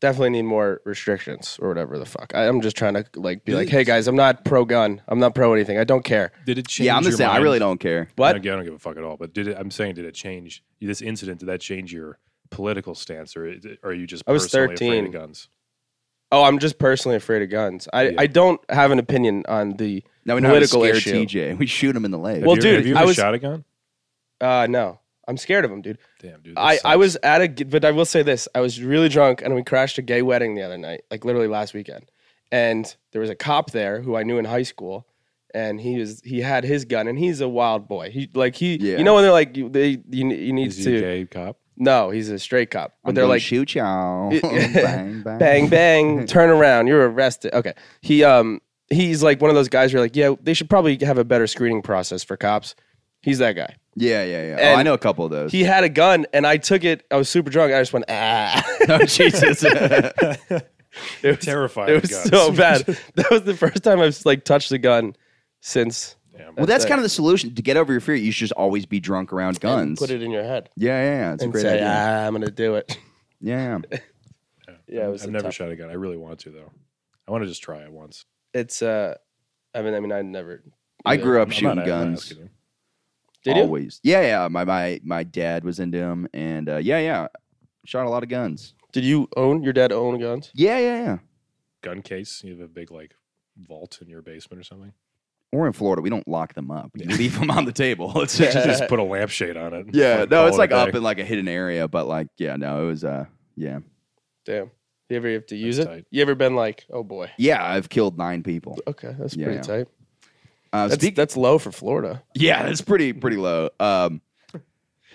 Speaker 3: definitely need more restrictions or whatever the fuck. I, I'm just trying to like be like, hey guys, I'm not pro gun. I'm not pro anything. I don't care.
Speaker 2: Did it change?
Speaker 5: Yeah, I'm the
Speaker 2: your
Speaker 5: same. I
Speaker 2: mind?
Speaker 5: really don't care.
Speaker 2: I
Speaker 3: What?
Speaker 2: don't, I don't give a fuck at all. But did it? I'm saying, did it change this incident? Did that change your political stance, or, is it- or are you just
Speaker 3: I was
Speaker 2: personally afraid
Speaker 3: 13.
Speaker 2: of guns?
Speaker 3: Oh, I'm just personally afraid of guns. I, I don't have an opinion on the
Speaker 5: Now we know
Speaker 3: political
Speaker 5: how to
Speaker 3: issue.
Speaker 5: scare TJ. We shoot him in the leg.
Speaker 3: Well,
Speaker 2: have you,
Speaker 3: dude,
Speaker 2: have you
Speaker 3: I
Speaker 2: ever
Speaker 3: was-
Speaker 2: shot a gun?
Speaker 3: Uh, no, I'm scared of them, dude.
Speaker 2: Damn, dude. that
Speaker 3: I, I
Speaker 2: sucks.
Speaker 3: was at a, g- but I will say this: I was really drunk, and we crashed a gay wedding the other night, like literally last weekend. And there was a cop there who I knew in high school, and he was he had his gun, and he's a wild boy. He like he,
Speaker 5: Yeah.
Speaker 3: you know, when they're like you, they you, you need
Speaker 2: Is he
Speaker 3: to
Speaker 2: a gay cop?
Speaker 3: no, he's a straight cop, but
Speaker 5: I'm
Speaker 3: they're
Speaker 5: gonna
Speaker 3: like
Speaker 5: shoot y'all.
Speaker 3: It-
Speaker 5: bang, bang.
Speaker 3: bang bang, turn around, you're arrested. Okay, he um he's like one of those guys who are like, yeah, they should probably have a better screening process for cops. He's that guy.
Speaker 5: Yeah, yeah, yeah.
Speaker 3: And
Speaker 5: oh, I know a couple of those.
Speaker 3: He had a gun, and I took it. I was super drunk. I just went ah.
Speaker 5: oh, Jesus.
Speaker 3: It was-
Speaker 2: Terrified
Speaker 3: It
Speaker 2: of
Speaker 3: was
Speaker 2: guns.
Speaker 3: so bad. That was the first time I've like touched a gun since
Speaker 5: well, that's kind of the solution to get over your fear. You should just always be drunk around guns.
Speaker 3: put it in your head
Speaker 5: yeah, yeah, yeah. It's a
Speaker 3: and
Speaker 5: great
Speaker 3: say,
Speaker 5: idea.
Speaker 3: ah, "I'm gonna do it."
Speaker 5: Yeah, yeah.
Speaker 3: Yeah, it was
Speaker 2: I've
Speaker 3: a
Speaker 2: never
Speaker 3: tough-
Speaker 2: shot a gun. I really want to though. I want to just try it once.
Speaker 3: It's uh, I mean, I mean, I never.
Speaker 5: I grew up
Speaker 2: I'm
Speaker 5: shooting
Speaker 2: not- I'm not
Speaker 5: guns.
Speaker 2: asking you.
Speaker 3: Did you?
Speaker 5: always. Yeah, yeah. My my my dad was into them, and uh, yeah, yeah. Shot a lot of guns.
Speaker 3: Did you own your dad own guns?
Speaker 5: Yeah, yeah, yeah.
Speaker 2: Gun case? You have a big like vault in your basement or something?
Speaker 5: Or in Florida, we don't lock them up. You leave them on the table. It's
Speaker 2: You
Speaker 5: just,
Speaker 2: just put a lampshade on it.
Speaker 5: yeah,
Speaker 2: Like,
Speaker 5: no,
Speaker 2: call
Speaker 5: it's
Speaker 2: it a
Speaker 5: like up
Speaker 2: day.
Speaker 5: in like a hidden area, but like yeah, no, it was uh, yeah,
Speaker 3: Damn. You ever have to use
Speaker 2: That's
Speaker 3: it?
Speaker 2: tight.
Speaker 3: You ever been like, "Oh boy,
Speaker 5: yeah. I've killed nine people.
Speaker 3: okay, that's
Speaker 5: Yeah,
Speaker 3: pretty
Speaker 5: yeah.
Speaker 3: tight."
Speaker 5: Uh,
Speaker 3: That's
Speaker 5: speak-
Speaker 3: that's low for Florida.
Speaker 5: Yeah, that's pretty pretty low. Um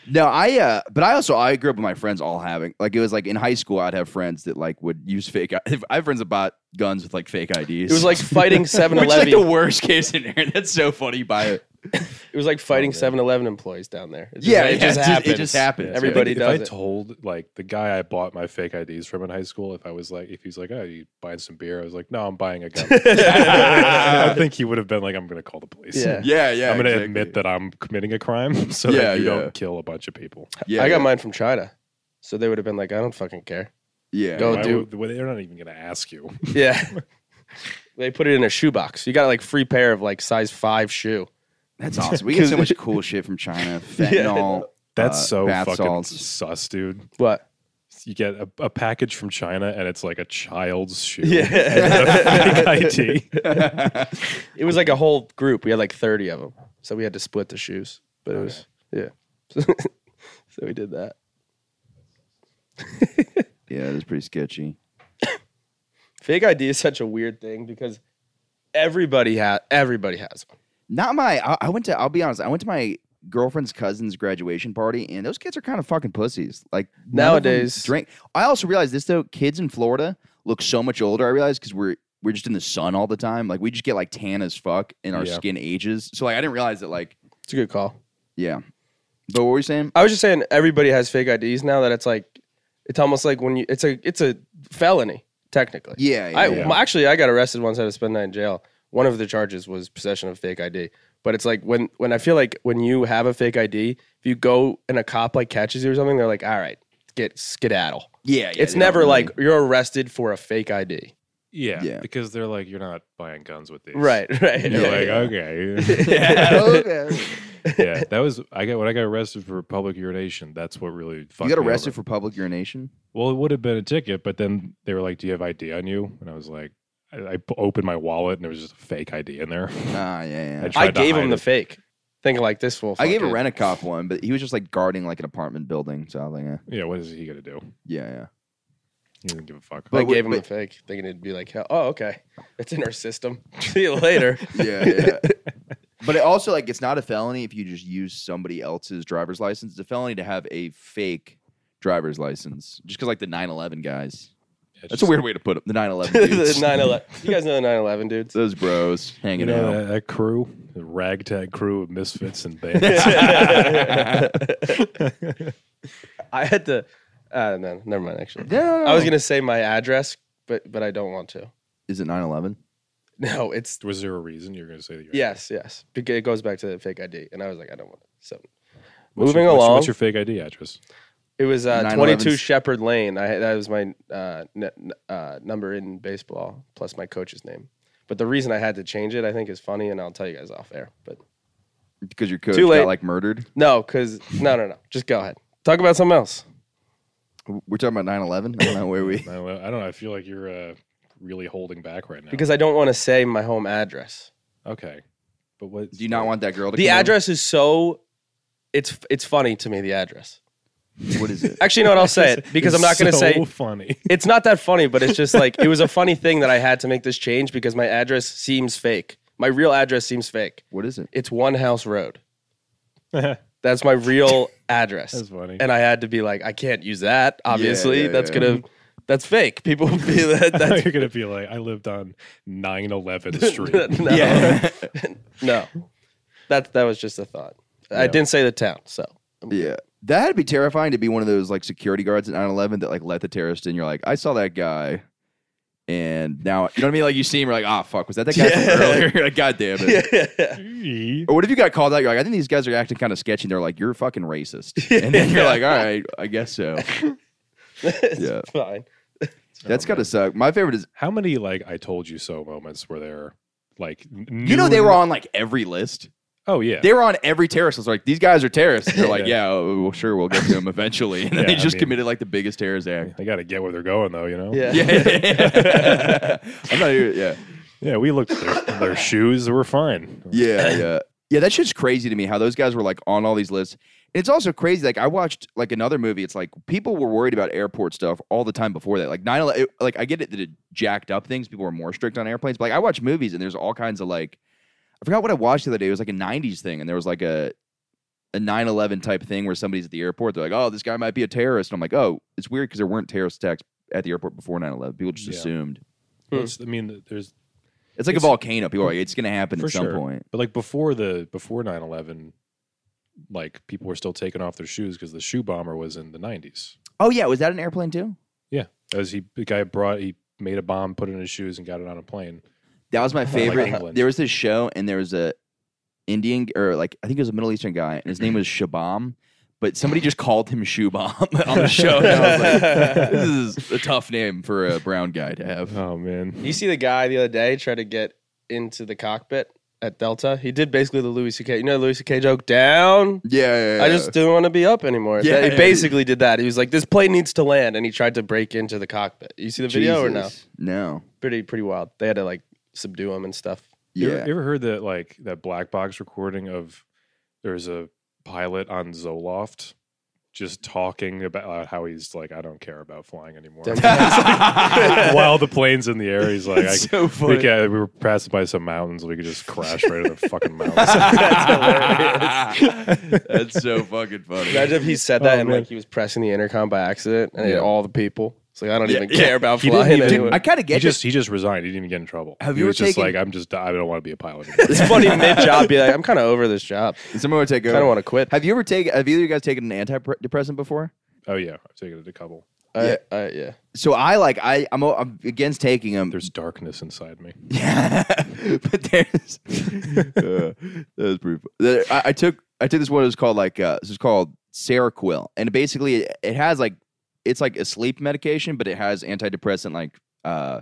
Speaker 5: No, I uh but I also I grew up with my friends all having like it was like in high school I'd have friends that like would use fake I I have friends that bought guns with like fake IDs.
Speaker 3: It was like fighting Seven
Speaker 5: Which is like
Speaker 3: Eleven.
Speaker 5: the worst case scenario. That's so funny by it.
Speaker 3: It was like fighting Seven Eleven employs down there. It just-
Speaker 5: Yeah,
Speaker 3: it just
Speaker 5: yeah, it just- it
Speaker 3: happens.
Speaker 5: just happens.
Speaker 2: Yeah,
Speaker 3: Everybody
Speaker 2: if,
Speaker 3: does
Speaker 2: If I
Speaker 3: it.
Speaker 2: told like the guy I bought my fake IDs from in high school, if I was like, if he's like, "Oh, you buying some beer?" I was like, "No, I'm buying a gun." I think he would have been like, "I'm going to call the police."
Speaker 3: Yeah.
Speaker 5: Yeah, yeah.
Speaker 2: I'm going to
Speaker 5: exactly.
Speaker 2: admit that I'm committing a crime, so
Speaker 5: Yeah,
Speaker 2: that you
Speaker 5: yeah.
Speaker 2: don't kill a bunch of people.
Speaker 5: Yeah,
Speaker 3: I got
Speaker 5: yeah,
Speaker 3: mine from China, so they would have been like, "I don't fucking care."
Speaker 5: Yeah.
Speaker 3: Go- Oh,
Speaker 2: Why
Speaker 3: dude.
Speaker 2: would- they're not even going to ask you.
Speaker 3: Yeah. they put it in a shoebox. You got like free pair of like size five shoe.
Speaker 5: That's awesome. We get so much cool shit from China. Fentanyl.
Speaker 2: That's
Speaker 5: uh,
Speaker 2: so
Speaker 5: bath
Speaker 2: fucking
Speaker 5: salts.
Speaker 2: sus, dude.
Speaker 3: What?
Speaker 2: You get a, a package from China, and it's like a child's shoe.
Speaker 3: Yeah.
Speaker 2: and a fake ID.
Speaker 3: it was like a whole group. We had like 30 of them. So we had to split the shoes. But it was, yeah. so we did that.
Speaker 5: Yeah, that's pretty sketchy.
Speaker 3: Fake ID is such a weird thing because everybody has everybody has one.
Speaker 5: Not my. I, I went to. I'll be honest. I went to my girlfriend's cousin's graduation party, and those kids are kind of fucking pussies. Like none of them
Speaker 3: Nowadays-
Speaker 5: drink. I also realized this though. Kids in Florida look so much older. I realized because we're we're just in the sun all the time. Like we just get like tan as fuck, and our
Speaker 2: Yeah.
Speaker 5: skin ages. So like I didn't realize that. Like
Speaker 3: It's a good call.
Speaker 5: yeah. But what were you saying?
Speaker 3: I was just saying everybody has fake IDs now that it's like it's almost like when you it's a it's a felony technically.
Speaker 5: Yeah, yeah,
Speaker 3: I
Speaker 5: yeah.
Speaker 3: well, actually I got arrested once. I had to spend night in jail. One of the charges was possession of fake ID. But it's like when when I feel like when you have a fake ID, if you go and a cop like catches you or something, they're like, all right, get skedaddle.
Speaker 5: Yeah, yeah
Speaker 3: it's
Speaker 5: they don't
Speaker 3: never
Speaker 5: really-
Speaker 3: like you're arrested for a fake ID.
Speaker 2: Yeah,
Speaker 5: Yeah.
Speaker 2: because they're like, you're not buying guns with these,
Speaker 3: Right, right.
Speaker 2: You're
Speaker 3: Yeah,
Speaker 2: like,
Speaker 3: yeah.
Speaker 2: okay,
Speaker 4: okay.
Speaker 2: yeah. That was I got when I got arrested for public urination. That's what really fucked
Speaker 5: You got
Speaker 2: me
Speaker 5: arrested
Speaker 2: over.
Speaker 5: for public urination?
Speaker 2: Well, it would have been a ticket, but then they were like, "Do you have ID on you?" And I was like, I, I p- opened my wallet and there was just a fake ID in there.
Speaker 5: Ah, yeah, yeah.
Speaker 2: tried
Speaker 3: I
Speaker 2: to
Speaker 3: gave
Speaker 2: hide
Speaker 3: him the
Speaker 2: it.
Speaker 3: fake, thinking like this will.
Speaker 5: I, gave a
Speaker 3: fucking-
Speaker 5: rent a cop one, but he was just like guarding like an apartment building. So I was like, eh,
Speaker 2: yeah, what is he gonna do?
Speaker 5: yeah, yeah.
Speaker 2: He doesn't give a fuck.
Speaker 5: But
Speaker 3: I
Speaker 5: we-
Speaker 3: gave him
Speaker 5: but-
Speaker 3: the fake, thinking it'd be like, oh, okay, it's in our system. See you later.
Speaker 5: yeah, yeah. But it also like it's not a felony if you just use somebody else's driver's license. It's a felony to have a fake driver's license, just because like the 9/11 guys.
Speaker 2: Yeah,
Speaker 5: That's
Speaker 2: just-
Speaker 5: a weird way to put it. The 9/11
Speaker 3: the
Speaker 5: dudes,
Speaker 3: 911. You guys know the 911 dudes.
Speaker 5: those bros
Speaker 2: You
Speaker 5: hanging
Speaker 2: know
Speaker 5: out.
Speaker 2: that, that crew, the ragtag crew of misfits and bandits.
Speaker 3: I had to. Uh, no, never mind. Actually,
Speaker 5: No, no,
Speaker 3: I was
Speaker 5: no.
Speaker 3: gonna say my address, but but I don't want to.
Speaker 5: Is it 9/11?
Speaker 3: No, it's
Speaker 2: was there a reason you're gonna say that? You're
Speaker 3: yes, yes. Beca- It goes back to the fake ID, and I was like, I don't want it. So
Speaker 2: What's
Speaker 3: moving
Speaker 2: your, what's-
Speaker 3: along,
Speaker 2: What's your fake ID address?
Speaker 3: it was uh,
Speaker 5: 911
Speaker 3: 22 Shepherd Lane. I had- that was my uh, n- n- uh, number in baseball plus my coach's name. But the reason I had to change it, I think, is funny, and I'll tell you guys off air. But
Speaker 5: Because your coach
Speaker 3: Too late.
Speaker 5: got like murdered.
Speaker 3: no, because no, no, no. Just go ahead. Talk about something else.
Speaker 5: We're talking about 9/11. I don't know where we.
Speaker 2: I don't know. I, don't know, I feel like you're uh, really holding back right now.
Speaker 3: because I don't want to say my home address.
Speaker 2: okay, but what
Speaker 5: Do you not want that girl to?
Speaker 3: The
Speaker 5: come in?
Speaker 3: address is so it's it's funny to me. The address.
Speaker 5: What is it?
Speaker 3: Actually, you know what? I'll say it because I'm not going to
Speaker 2: so
Speaker 3: say
Speaker 2: funny.
Speaker 3: it's not that funny. But it's just like it was a funny thing that I had to make this change because my address seems fake. My real address seems fake.
Speaker 5: What is it?
Speaker 3: It's One House Road.
Speaker 2: That's
Speaker 3: That's my real address.
Speaker 2: funny.
Speaker 3: And I had to be like, I can't use that. Obviously,
Speaker 5: yeah,
Speaker 3: that's
Speaker 5: yeah.
Speaker 3: gonna that's fake. People will be that. That's,
Speaker 2: you're gonna be like, I lived on 911 Street.
Speaker 3: no, no, that that was just a thought. I
Speaker 2: Yeah.
Speaker 3: didn't say the town, so
Speaker 5: Yeah. That had to be terrifying to be one of those like security guards at 9 11 that like let the terrorist in. You're like, I saw that guy. And now, you know what I mean? Like, you see him, you're like, ah, fuck, was that that guy from
Speaker 3: Yeah.
Speaker 5: earlier? You're like, God damn it.
Speaker 2: Gee.
Speaker 5: Or what if you got called out? You're like, I think these guys are acting kind of sketchy. And they're like, you're fucking racist. And then you're like, all right, I guess so.
Speaker 3: it's
Speaker 5: Yeah.
Speaker 3: fine.
Speaker 5: That's got to suck. My favorite is,
Speaker 2: How many like I told you so moments were there? Like
Speaker 5: you know, they were on like every list.
Speaker 2: Oh yeah,
Speaker 5: They were on every terrorist list. Like, these guys are terrorists. And they're like, yeah,
Speaker 2: Yeah.
Speaker 5: oh, well, sure, we'll get to them eventually. And then
Speaker 2: Yeah,
Speaker 5: they
Speaker 2: I
Speaker 5: just
Speaker 2: mean-
Speaker 5: committed like the biggest terrorist act.
Speaker 2: they got to get where they're going though. You know.
Speaker 3: Yeah.
Speaker 5: Yeah. I'm not even, yeah.
Speaker 2: Yeah, we looked at their, their shoes; they were fine.
Speaker 5: Yeah, yeah. Yeah, that shit's crazy to me how those guys were like on all these lists. And it's also crazy. Like I watched like another movie. It's like people were worried about airport stuff all the time before that. Like 9 11, like I get it that it jacked up things. People were more strict on airplanes. But like I watch movies and there's all kinds of like, I forgot what I watched the other day. It was like a 90s thing. And there was like a, a 9 11 type thing where somebody's at the airport. They're like, oh, this guy might be a terrorist. And I'm like, oh, it's weird because there weren't terrorist attacks at the airport before 9 11. People just
Speaker 2: Yeah.
Speaker 5: assumed.
Speaker 2: Well, it's- I mean, there's
Speaker 5: It's like
Speaker 2: It's-
Speaker 5: a volcano. People are like, it's going to happen
Speaker 2: for
Speaker 5: at some
Speaker 2: sure.
Speaker 5: point.
Speaker 2: But like before the before 9-11, like people were still taking off their shoes because the shoe bomber was in the nineties.
Speaker 5: Oh, yeah. Was that an airplane too?
Speaker 2: As he the guy brought he made a bomb, put it in his shoes, and got it on a plane.
Speaker 5: That was my favorite.
Speaker 2: England.
Speaker 5: there was this show, and there was a Indian g- or like I think it was a Middle Eastern guy, and his
Speaker 3: Mm-hmm.
Speaker 5: name was Shabam. But somebody just called him Shoe Bomb on the show. And I was like, this is a tough name for a brown guy to have.
Speaker 2: Oh man,
Speaker 3: You see the guy the other day try to get into the cockpit at Delta. He did basically the Louis C.K. You know the Louis C.K. joke down.
Speaker 5: Yeah, yeah, yeah.
Speaker 3: I just didn't want to be up anymore.
Speaker 5: Yeah,
Speaker 3: Yeah,
Speaker 5: yeah.
Speaker 3: he basically did that. He was like, "This plane needs to land," and he tried to break into the cockpit. You see the video or no?
Speaker 5: Jesus. No.
Speaker 3: Pretty pretty wild. They had to like subdue him and stuff.
Speaker 5: Yeah.
Speaker 2: You ever, you ever heard that like that black box recording of there's a pilot on Zoloft just talking about uh, how he's like, I don't care about flying anymore. While the plane's in the air, he's like, I,
Speaker 5: so
Speaker 2: we,
Speaker 5: funny.
Speaker 2: ca- we were passing by some mountains, we could just crash right into the fucking mountains.
Speaker 5: That's so fucking funny.
Speaker 3: Imagine if he said that
Speaker 2: Oh,
Speaker 3: and
Speaker 2: man.
Speaker 3: like he was pressing the intercom by accident and
Speaker 5: Yeah.
Speaker 3: all the people. It's like I don't even
Speaker 5: yeah.
Speaker 3: care about
Speaker 2: He didn't
Speaker 3: flying.
Speaker 2: even-
Speaker 3: anymore.
Speaker 5: I kind of
Speaker 2: he
Speaker 5: get
Speaker 2: just he just resigned. He didn't even get in trouble.
Speaker 5: Have
Speaker 2: he
Speaker 5: you
Speaker 2: was
Speaker 5: ever
Speaker 2: just
Speaker 5: taken-
Speaker 2: like, I'm just I don't want to be a pilot. Anymore.
Speaker 3: it's funny mid job. Be like, I'm kind of over this job.
Speaker 5: this. Someone would take
Speaker 3: I
Speaker 5: over.
Speaker 3: don't want to quit.
Speaker 5: Have you ever taken? Have either of you guys taken an antidepressant before?
Speaker 2: oh yeah, I've taken it a couple.
Speaker 3: I-
Speaker 5: Yeah.
Speaker 3: I- Uh, yeah.
Speaker 5: So I like I I'm, I'm against taking them.
Speaker 2: There's darkness inside me.
Speaker 5: Yeah, but there's uh, that was pretty. fu- there- I, I took I took this one. It was called like uh, this is called Seroquel, and it basically it, it has like it's like a sleep medication, but it has antidepressant like uh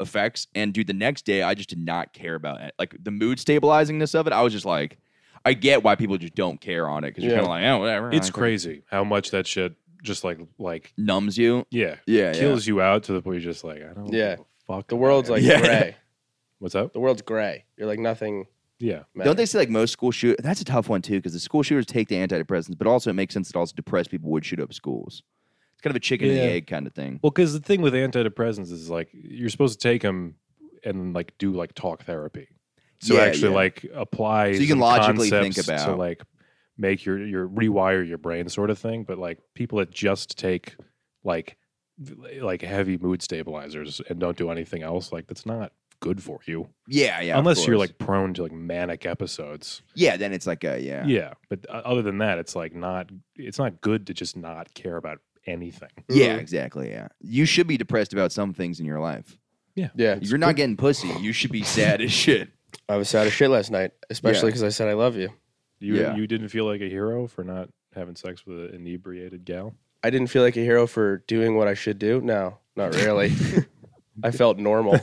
Speaker 5: effects. And dude, the next day I just did not care about it. Like the mood stabilizingness of it, I was just like, I get why people just don't care on it because you're
Speaker 3: Yeah.
Speaker 5: kind of like, oh, whatever.
Speaker 2: It's
Speaker 5: I-
Speaker 2: crazy how much that shit just like like
Speaker 5: Numbs you.
Speaker 2: yeah
Speaker 5: Yeah, yeah.
Speaker 2: kills you out to the point you're just like I don't
Speaker 3: Yeah.
Speaker 2: give a fuck.
Speaker 3: The
Speaker 2: about
Speaker 3: world's
Speaker 2: it.
Speaker 3: like
Speaker 5: Yeah.
Speaker 3: gray.
Speaker 2: what's up?
Speaker 3: The world's gray. You're like nothing.
Speaker 2: Yeah,
Speaker 3: Matters.
Speaker 5: Don't they say like most school shoot? That's a tough one too because the school shooters take the antidepressants, but also it makes sense that also depressed people would shoot up schools. It's kind of a chicken and the
Speaker 2: Yeah.
Speaker 5: egg kind of thing.
Speaker 2: well, because the thing with antidepressants is like you're supposed to take them and like do like talk therapy. So
Speaker 5: Yeah,
Speaker 2: actually,
Speaker 5: yeah.
Speaker 2: like apply.
Speaker 5: So you can
Speaker 2: some
Speaker 5: logically think
Speaker 2: concepts to
Speaker 5: about-
Speaker 2: like make your your rewire your brain sort of thing. But like people that just take like like heavy mood stabilizers and don't do anything else, like that's not good for you
Speaker 5: Yeah, yeah. of
Speaker 2: unless you're
Speaker 5: course.
Speaker 2: like prone to like manic episodes.
Speaker 5: yeah, then it's like a yeah.
Speaker 2: Yeah, but uh, other than that, it's like not. It's not good to just not care about anything.
Speaker 5: Yeah,
Speaker 3: Mhm.
Speaker 5: exactly. Yeah. You should be depressed about some things in your life.
Speaker 3: Yeah.
Speaker 5: If you're not getting pussy, you should be sad as shit.
Speaker 3: I was sad as shit last night, especially because I said I love you.
Speaker 2: You
Speaker 5: Yeah.
Speaker 2: you didn't feel like a hero for not having sex with an inebriated gal.
Speaker 3: I didn't feel like a hero for doing what I should do. No, not really. I felt normal.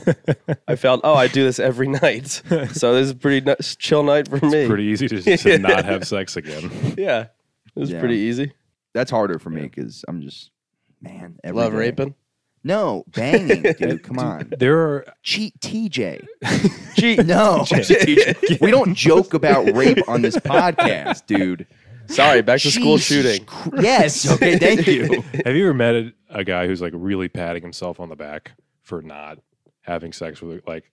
Speaker 3: I felt, oh, I do this every night. So this is a pretty ni- chill night for me.
Speaker 2: Pretty easy to, just to not have sex again.
Speaker 3: yeah. It was
Speaker 5: Yeah.
Speaker 3: pretty easy.
Speaker 5: That's harder for me because I'm just man. every
Speaker 3: Love
Speaker 5: day-
Speaker 3: raping.
Speaker 5: No, banging, dude. Come on,
Speaker 2: There are
Speaker 5: cheat, TJ.
Speaker 3: Cheat.
Speaker 5: No, we don't joke about rape on this podcast, dude.
Speaker 3: Sorry, back to school
Speaker 5: Jesus
Speaker 3: shooting.
Speaker 5: Chr- Yes. Okay. Thank you.
Speaker 2: have you ever met a, a guy who's like really patting himself on the back for not having sex with like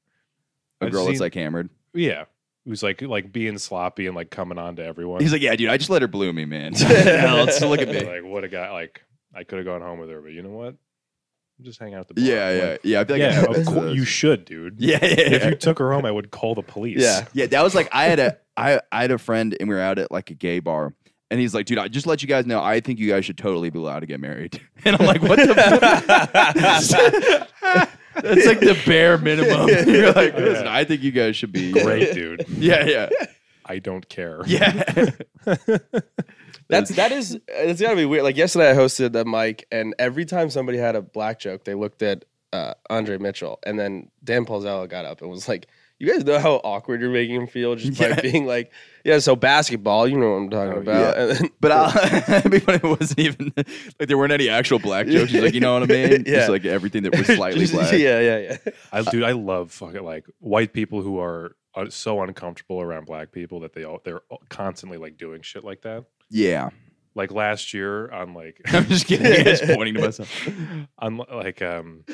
Speaker 5: A
Speaker 2: I've
Speaker 5: girl that's
Speaker 2: seen-
Speaker 5: like hammered.
Speaker 2: yeah who's like like being sloppy and like coming on to everyone.
Speaker 5: He's like, yeah, dude. I just let her bloom me, man. Hell, just look at me.
Speaker 2: like what a guy like I could have gone home with her, but you know what? Just hang out at the bar.
Speaker 5: Yeah, yeah, yeah. I feel like I
Speaker 2: yeah,
Speaker 5: have
Speaker 2: of
Speaker 5: bits
Speaker 2: course
Speaker 5: those.
Speaker 2: you should, dude.
Speaker 5: Yeah, yeah,
Speaker 2: If
Speaker 5: yeah.
Speaker 2: you took her home, I would call the police.
Speaker 3: Yeah.
Speaker 5: Yeah, that was like I had a I I had a friend and we were out at like a gay bar and he's like, dude, I just let you guys know I think you guys should totally be allowed to get married. And I'm like, what the fuck? That's like the bare minimum. You're like, listen, I think you guys should be uh,
Speaker 2: Great, dude.
Speaker 5: Yeah, yeah.
Speaker 2: I don't care.
Speaker 5: Yeah.
Speaker 3: That's that is it's gotta be weird. Like yesterday, I hosted the mic, and every time somebody had a black joke, they looked at uh, Andre Mitchell, and then Dan Paulzella got up and was like, "You guys know how awkward you're making him feel just by being like, yeah, so basketball, you know what I'm talking
Speaker 5: Oh,
Speaker 3: about." And then,
Speaker 5: But I, I mean, it wasn't even like there weren't any actual black jokes. He's like, you know what I mean?
Speaker 3: Yeah.
Speaker 5: Just like everything that was slightly
Speaker 3: Just-
Speaker 5: black.
Speaker 3: yeah, yeah, yeah.
Speaker 2: I, dude, I love fucking like white people who are uh, so uncomfortable around black people that they all they're all constantly like doing shit like that.
Speaker 5: Yeah.
Speaker 2: Like last year on like
Speaker 5: I'm just kidding. I'm just pointing to myself.
Speaker 2: on like um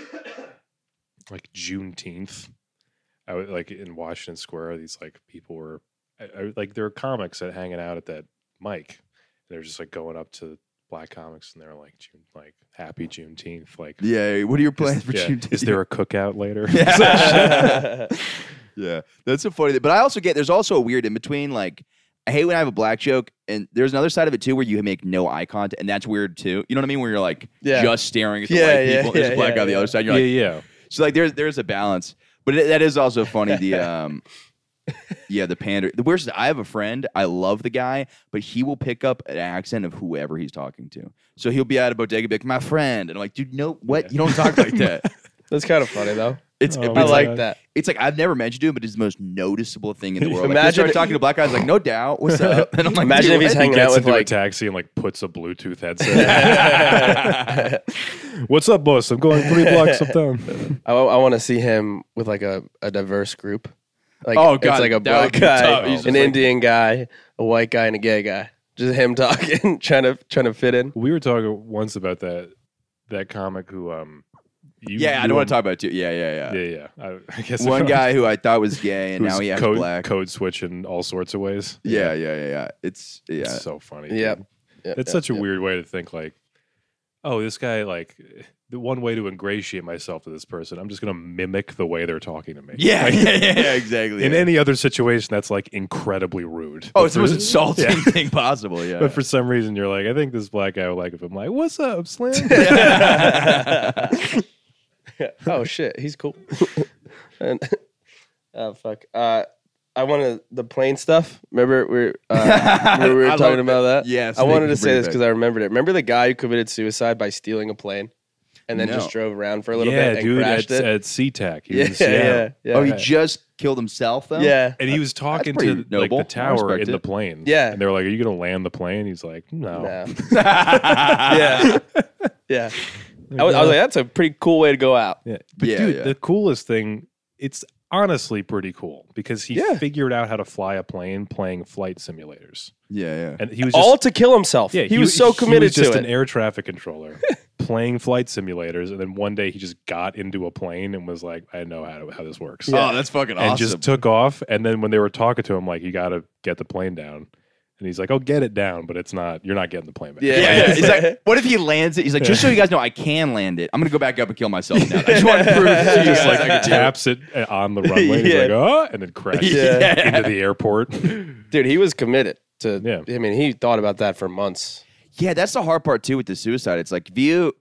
Speaker 2: like Juneteenth, I was like in Washington Square. These like people were I, I, like there were comics that hanging out at that mic. And they're just like going up to black comics and they're like June like happy Juneteenth. Like
Speaker 5: Yeah. What are your plans
Speaker 2: is,
Speaker 5: for
Speaker 2: yeah,
Speaker 5: Juneteenth?
Speaker 2: is there a cookout later?
Speaker 5: Yeah, that's a funny thing. But I also get there's also a weird in between. Like, I hate when I have a black joke, and there's another side of it too where you make no eye contact, and that's weird too. You know what I mean? Where you're like
Speaker 3: Yeah.
Speaker 5: just staring at the
Speaker 3: Yeah,
Speaker 5: white
Speaker 3: yeah,
Speaker 5: people, and there's
Speaker 3: yeah,
Speaker 5: a black guy
Speaker 3: yeah,
Speaker 5: on the
Speaker 3: yeah.
Speaker 5: other side. You're
Speaker 2: yeah,
Speaker 5: like,
Speaker 2: yeah.
Speaker 5: so like there's there's a balance, but it, that is also funny. The um, yeah, the pander. The worst. Is I have a friend. I love the guy, but he will pick up an accent of whoever he's talking to. So he'll be at a bodega, and be like my friend, and I'm like, dude, no, what? You don't talk like that.
Speaker 3: That's kind of funny though.
Speaker 5: It's
Speaker 2: Oh,
Speaker 5: it's
Speaker 3: I
Speaker 2: my
Speaker 3: like
Speaker 2: God.
Speaker 3: that.
Speaker 5: it's like I've never mentioned him, but it's the most noticeable thing in the world. Imagine
Speaker 3: Imagine-
Speaker 5: started talking to black guys like, no doubt, what's up? And I'm like,
Speaker 3: Imagine
Speaker 5: "Dude,
Speaker 3: if he's
Speaker 5: what?"
Speaker 2: He
Speaker 3: hanging out
Speaker 2: gets
Speaker 3: with
Speaker 2: into
Speaker 3: like
Speaker 2: a taxi and like puts a Bluetooth headset. in. What's up, boss? I'm going three blocks up town.
Speaker 3: I, want to see him with like a, a diverse group. Like,
Speaker 5: Oh,
Speaker 3: it's
Speaker 5: God,
Speaker 3: like a
Speaker 5: that would
Speaker 3: black
Speaker 5: be
Speaker 3: guy,
Speaker 5: tough. He's
Speaker 3: an
Speaker 5: just like-
Speaker 3: Indian guy, a white guy, and a gay guy. Just him talking, trying to trying to fit in.
Speaker 2: We were talking once about that that comic who um you,
Speaker 5: Yeah, I
Speaker 2: you
Speaker 5: don't want
Speaker 2: and-
Speaker 5: to talk about it too. Yeah, yeah, yeah.
Speaker 2: Yeah, yeah. I, I guess
Speaker 5: One
Speaker 2: I'm-
Speaker 5: guy who I thought was gay and
Speaker 2: who's
Speaker 5: now he acts
Speaker 2: code,
Speaker 5: black.
Speaker 2: code switch in all sorts of ways.
Speaker 5: Yeah, yeah, yeah, yeah. It's yeah.
Speaker 2: It's so funny.
Speaker 3: Yeah.
Speaker 2: dude.
Speaker 3: Yeah,
Speaker 2: It's
Speaker 3: yeah,
Speaker 2: such a
Speaker 3: yeah.
Speaker 2: weird way to think like, oh, this guy like the one way to ingratiate myself to this person, I'm just gonna mimic the way they're talking to me.
Speaker 5: yeah,
Speaker 2: Like,
Speaker 5: yeah, yeah, yeah, exactly.
Speaker 2: In
Speaker 5: yeah.
Speaker 2: any other situation, that's like incredibly rude.
Speaker 5: oh,
Speaker 2: But
Speaker 5: it's the most
Speaker 2: for-
Speaker 5: insulting
Speaker 2: Yeah.
Speaker 5: thing possible. Yeah.
Speaker 2: But for some reason, you're like, I think this black guy would like if I'm like, "What's up, Slim?"
Speaker 3: oh shit, he's cool. and, oh fuck. Uh, I wanted the plane stuff. Remember we were, uh, remember we
Speaker 5: I
Speaker 3: were
Speaker 5: love
Speaker 3: talking
Speaker 5: it.
Speaker 3: about that.
Speaker 5: Yes,
Speaker 3: I
Speaker 5: thank
Speaker 3: wanted
Speaker 5: you
Speaker 3: to
Speaker 5: for
Speaker 3: say
Speaker 5: bringing
Speaker 3: this
Speaker 5: it
Speaker 3: because I remembered it. Remember the guy who committed suicide by stealing a plane, and then
Speaker 5: No.
Speaker 3: just drove around for a little
Speaker 2: yeah,
Speaker 3: bit and
Speaker 2: dude,
Speaker 3: crashed
Speaker 2: at,
Speaker 3: it.
Speaker 2: at SeaTac. He was in
Speaker 3: yeah, yeah,
Speaker 2: Seattle.
Speaker 3: yeah.
Speaker 5: Oh, he just killed himself though.
Speaker 3: yeah.
Speaker 2: And he was talking
Speaker 5: pretty
Speaker 2: to like
Speaker 5: noble. I
Speaker 2: the tower
Speaker 5: respect
Speaker 2: in the
Speaker 5: it.
Speaker 2: plane.
Speaker 3: Yeah.
Speaker 2: And they were like, Are you gonna land the plane? He's like, No.
Speaker 3: No.
Speaker 5: yeah.
Speaker 3: yeah, yeah. I was, I was like, that's a pretty cool way to go out.
Speaker 2: Yeah. But
Speaker 5: Yeah,
Speaker 2: dude,
Speaker 5: yeah.
Speaker 2: the coolest thing, it's honestly pretty cool because he
Speaker 3: Yeah.
Speaker 2: figured out how to fly a plane playing flight simulators.
Speaker 5: Yeah.
Speaker 2: And he was just
Speaker 3: All to kill himself.
Speaker 2: yeah,
Speaker 3: he, was so committed
Speaker 2: he was just
Speaker 3: to
Speaker 2: an
Speaker 3: it.
Speaker 2: air traffic controller playing flight simulators and then one day he just got into a plane and was like, I know how to, how this works.
Speaker 5: Oh, that's fucking
Speaker 2: and just took off and then when they were talking to him like, you got to get the plane down. And he's like, "Oh, get it down, but it's not. You're not getting the plane back."
Speaker 3: Yeah.
Speaker 5: yeah, yeah. He's like, what if he lands it? He's like, just so you guys know, I can land it. I'm gonna go back up and kill myself now. I just want to prove to you
Speaker 2: just
Speaker 5: guys I
Speaker 2: like
Speaker 5: can do it.
Speaker 2: taps it uh, on the runway. and He's
Speaker 3: Yeah.
Speaker 2: like, oh, and then crashes
Speaker 5: Yeah.
Speaker 2: into the airport.
Speaker 3: Dude, he was committed to.
Speaker 2: Yeah.
Speaker 3: I mean, he thought about that for months.
Speaker 5: Yeah, that's the hard part too with the suicide. It's like if you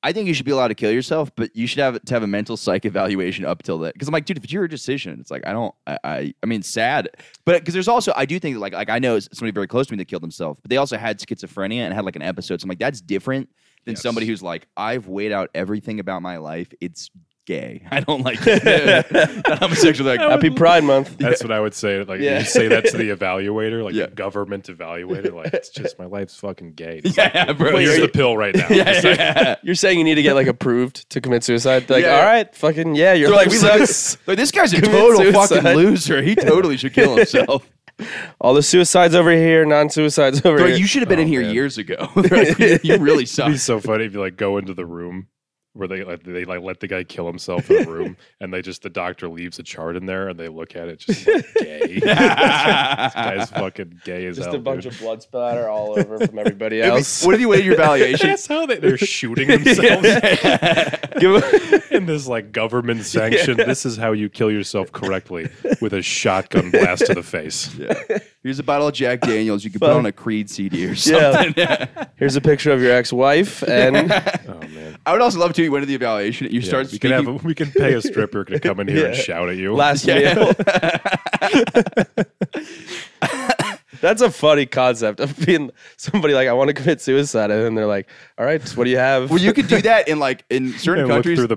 Speaker 5: I think you should be allowed to kill yourself, but you should have to have a mental psych evaluation up till that. Because I'm like, dude, if it's your decision, it's like I don't, I, I, I mean, sad, but because there's also I do think that like like I know somebody very close to me that killed himself, but they also had schizophrenia and had like an episode. So I'm like, that's different than somebody who's like, I've weighed out everything about my life. It's gay. I don't like it. Not homosexual. Like,
Speaker 3: Happy Pride Month.
Speaker 2: That's what I would say. Like
Speaker 3: Yeah.
Speaker 2: you say that to the evaluator, like
Speaker 5: Yeah.
Speaker 2: the government evaluator. Like it's just my life's fucking gay. It's like,
Speaker 5: yeah, bro.
Speaker 2: Here's
Speaker 5: you're-
Speaker 2: the pill right now.
Speaker 5: yeah,
Speaker 2: It's like,
Speaker 5: yeah.
Speaker 3: You're saying you need to get like approved to commit suicide? Like,
Speaker 5: Yeah.
Speaker 3: all right, fucking yeah, your
Speaker 5: They're
Speaker 3: life
Speaker 5: like, we
Speaker 3: sucks.
Speaker 5: like this, like, this guy's a
Speaker 3: Commit
Speaker 5: total
Speaker 3: suicide.
Speaker 5: fucking loser. He totally should kill himself.
Speaker 3: All the suicides over here, non-suicides over
Speaker 5: Bro,
Speaker 3: here.
Speaker 5: you should have been in here
Speaker 2: "Oh, man.
Speaker 5: years ago. Like, you really
Speaker 2: It'd
Speaker 5: suck.
Speaker 2: be so funny if you like go into the room where they like they like let the guy kill himself in a room, and they just the doctor leaves a chart in there, and they look at it just like, gay. this guy's fucking gay as
Speaker 3: Just
Speaker 2: hell.
Speaker 3: a bunch
Speaker 2: Oh, dude.
Speaker 3: of blood splatter all over from everybody
Speaker 5: It'd be-
Speaker 3: else.
Speaker 5: what if you weighed your valuation?
Speaker 2: That's how they, they're shooting themselves
Speaker 3: Give a-
Speaker 2: in this like government sanction. This is how you kill yourself correctly with a shotgun blast to the face.
Speaker 5: Here's a bottle of Jack Daniels. You can put on a Creed CD or something.
Speaker 3: yeah. Here's a picture of your ex-wife, and
Speaker 2: Oh man.
Speaker 5: I would also love to. You went to the evaluation. You
Speaker 2: Yeah,
Speaker 5: start
Speaker 2: we can
Speaker 5: speaking.
Speaker 2: have a, we can pay a stripper to come in here and
Speaker 3: Yeah.
Speaker 2: shout at you.
Speaker 3: last
Speaker 5: Yeah.
Speaker 3: meal. That's a funny concept of being somebody like I want to commit suicide, and then they're like, "All right, what do you have?"
Speaker 5: well, you could do that in like in certain
Speaker 2: and look
Speaker 5: countries.
Speaker 2: through the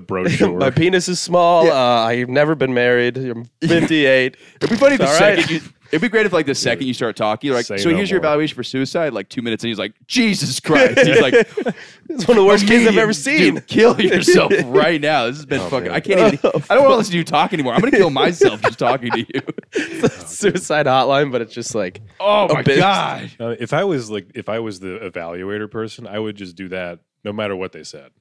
Speaker 2: brochure.
Speaker 3: My penis is small. Uh, I've never been married. I'm 58.
Speaker 5: it'd be funny if the
Speaker 3: It's all right.
Speaker 5: second you. It'd be great if like the second you start talking, you're like,
Speaker 2: Say
Speaker 5: so
Speaker 2: no
Speaker 5: here's your
Speaker 2: more."
Speaker 5: evaluation for suicide. Like two minutes, and he's like, Jesus Christ. He's like,
Speaker 3: It's one of the worst kids I've ever
Speaker 5: Dude,
Speaker 3: seen.
Speaker 5: kill yourself right now. This has been fucking. I can't even. I don't want to listen to you talk anymore. I'm gonna kill myself just talking to you.
Speaker 3: suicide hotline, but it's just like
Speaker 5: Oh my
Speaker 3: bit.
Speaker 5: god.
Speaker 2: Uh, if I was like, if I was the evaluator person, I would just do that no matter what they said.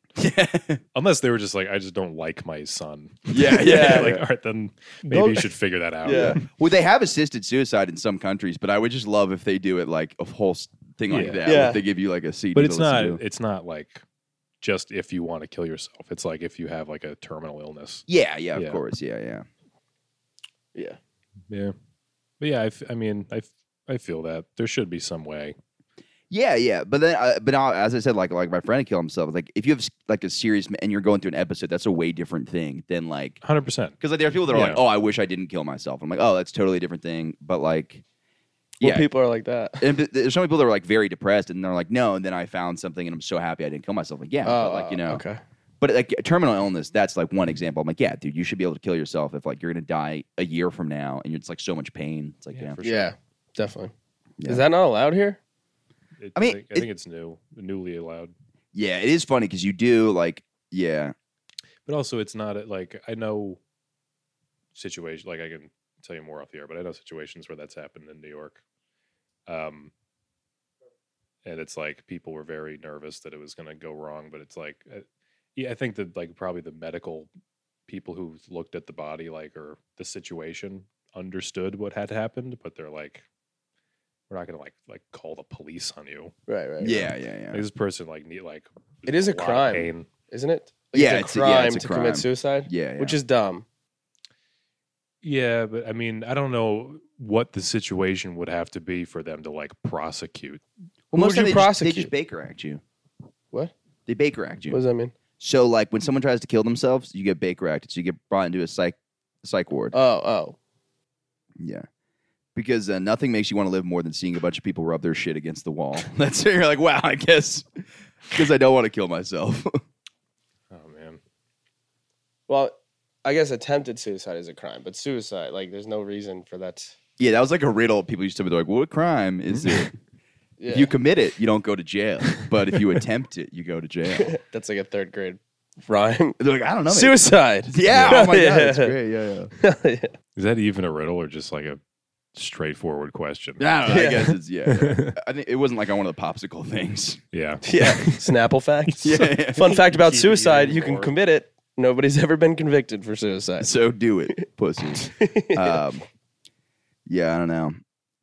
Speaker 2: Unless they were just like, I just don't like my son.
Speaker 5: Yeah,
Speaker 3: Yeah.
Speaker 2: like, all right, then maybe you should figure that out.
Speaker 3: Yeah.
Speaker 5: Well, they have assisted suicide in some countries, but I would just love if they do it like a whole s- thing like
Speaker 2: Yeah.
Speaker 5: that.
Speaker 3: Yeah.
Speaker 5: If they give you like a CD,
Speaker 2: But it's
Speaker 5: to
Speaker 2: not,
Speaker 5: listen to.
Speaker 2: it's not like just if you want to kill yourself. It's like if you have like a terminal illness.
Speaker 5: Yeah, yeah, of
Speaker 2: Yeah.
Speaker 5: course, yeah, yeah.
Speaker 3: yeah.
Speaker 2: Yeah. But yeah, I, f- I mean, I, f- I feel that there should be some way.
Speaker 5: Yeah, yeah, but then, uh, but now, as I said, like like my friend killed himself. Like if you have s- like a serious m- and you're going through an episode, that's a way different thing than like
Speaker 2: 100%.
Speaker 5: because like there are people that are like,
Speaker 2: Yeah.
Speaker 5: oh, I wish I didn't kill myself. I'm like, oh, that's totally a different thing. But like,
Speaker 3: Well,
Speaker 5: yeah,
Speaker 3: people are like that.
Speaker 5: and th- there's so many people that are like very depressed and they're like, no, and then I found something and I'm so happy I didn't kill myself. Like, yeah, but like you know,
Speaker 3: Uh, Oh, okay.
Speaker 5: but like terminal illness, that's like one example. I'm like, yeah, dude, you should be able to kill yourself if like you're gonna die a year from now and you're just like so much pain. It's like, yeah,
Speaker 2: for sure.
Speaker 3: Yeah, definitely.
Speaker 5: Yeah.
Speaker 3: Is that not allowed here?
Speaker 2: It-
Speaker 5: I mean,
Speaker 2: think- I
Speaker 5: it-
Speaker 2: think it's new, newly allowed.
Speaker 5: yeah, it is funny because you do like, yeah,
Speaker 2: but also it's not a- like I know situation like I can tell you more off the air, but I know situations where that's happened in New York. Um and it's like people were very nervous that it was going to go wrong, but it's like uh, yeah, I think that like probably the medical people who looked at the body like or the situation understood what had happened, but they're like we're not going to like like call the police on you.
Speaker 3: Right, right.
Speaker 5: yeah, yeah,
Speaker 2: Like,
Speaker 5: yeah,
Speaker 2: this person like need like was
Speaker 3: It
Speaker 2: in
Speaker 3: is a
Speaker 2: lot of
Speaker 3: crime.
Speaker 2: pain.
Speaker 3: isn't it?
Speaker 5: Yeah,
Speaker 3: it's
Speaker 5: it's
Speaker 3: a
Speaker 5: a-
Speaker 3: crime
Speaker 5: yeah, it's a
Speaker 3: to
Speaker 5: crime.
Speaker 3: commit suicide,
Speaker 5: yeah, yeah.
Speaker 3: which is dumb.
Speaker 2: Yeah, but I mean, I don't know what the situation would have to be for them to like prosecute.
Speaker 5: well, most
Speaker 3: Who would
Speaker 5: of
Speaker 3: you
Speaker 5: them they just, they
Speaker 3: prosecute?
Speaker 5: just Baker Act you.
Speaker 3: What?
Speaker 5: They Baker Act you.
Speaker 3: What does that mean?
Speaker 5: So like when someone tries to kill themselves, you get Baker acted. So you get brought into a psych psych ward.
Speaker 3: Oh, oh,
Speaker 5: yeah. because uh, nothing makes you want to live more than seeing a bunch of people rub their shit against the wall. That's you're like, wow, I guess because I don't want to kill myself.
Speaker 2: Oh man.
Speaker 3: Well, I guess attempted suicide is a crime, but suicide, like, there's no reason for that.
Speaker 5: yeah, that was like a riddle. People used to be like, well, what crime is it?
Speaker 3: Yeah,
Speaker 5: If you commit it, you don't go to jail, but if you attempt it, you go to jail.
Speaker 3: that's like a third grade rhyme.
Speaker 5: They're like, I don't know. man."
Speaker 3: suicide.
Speaker 5: Yeah. Oh my god,
Speaker 3: Yeah.
Speaker 5: that's great. Yeah, yeah.
Speaker 3: yeah.
Speaker 2: Is that even a riddle or just like a straightforward question?
Speaker 5: Yeah, I, don't know, I
Speaker 3: Yeah.
Speaker 5: guess it's yeah. yeah. I think it wasn't like on one of the popsicle things.
Speaker 2: Yeah.
Speaker 3: Yeah. Snapple facts.
Speaker 5: Yeah, yeah.
Speaker 3: Fun fact about
Speaker 2: Keep eating
Speaker 3: suicide you can
Speaker 2: more.
Speaker 3: commit it. Nobody's ever been convicted for suicide.
Speaker 5: So do it, pussy. Um, yeah, I don't know.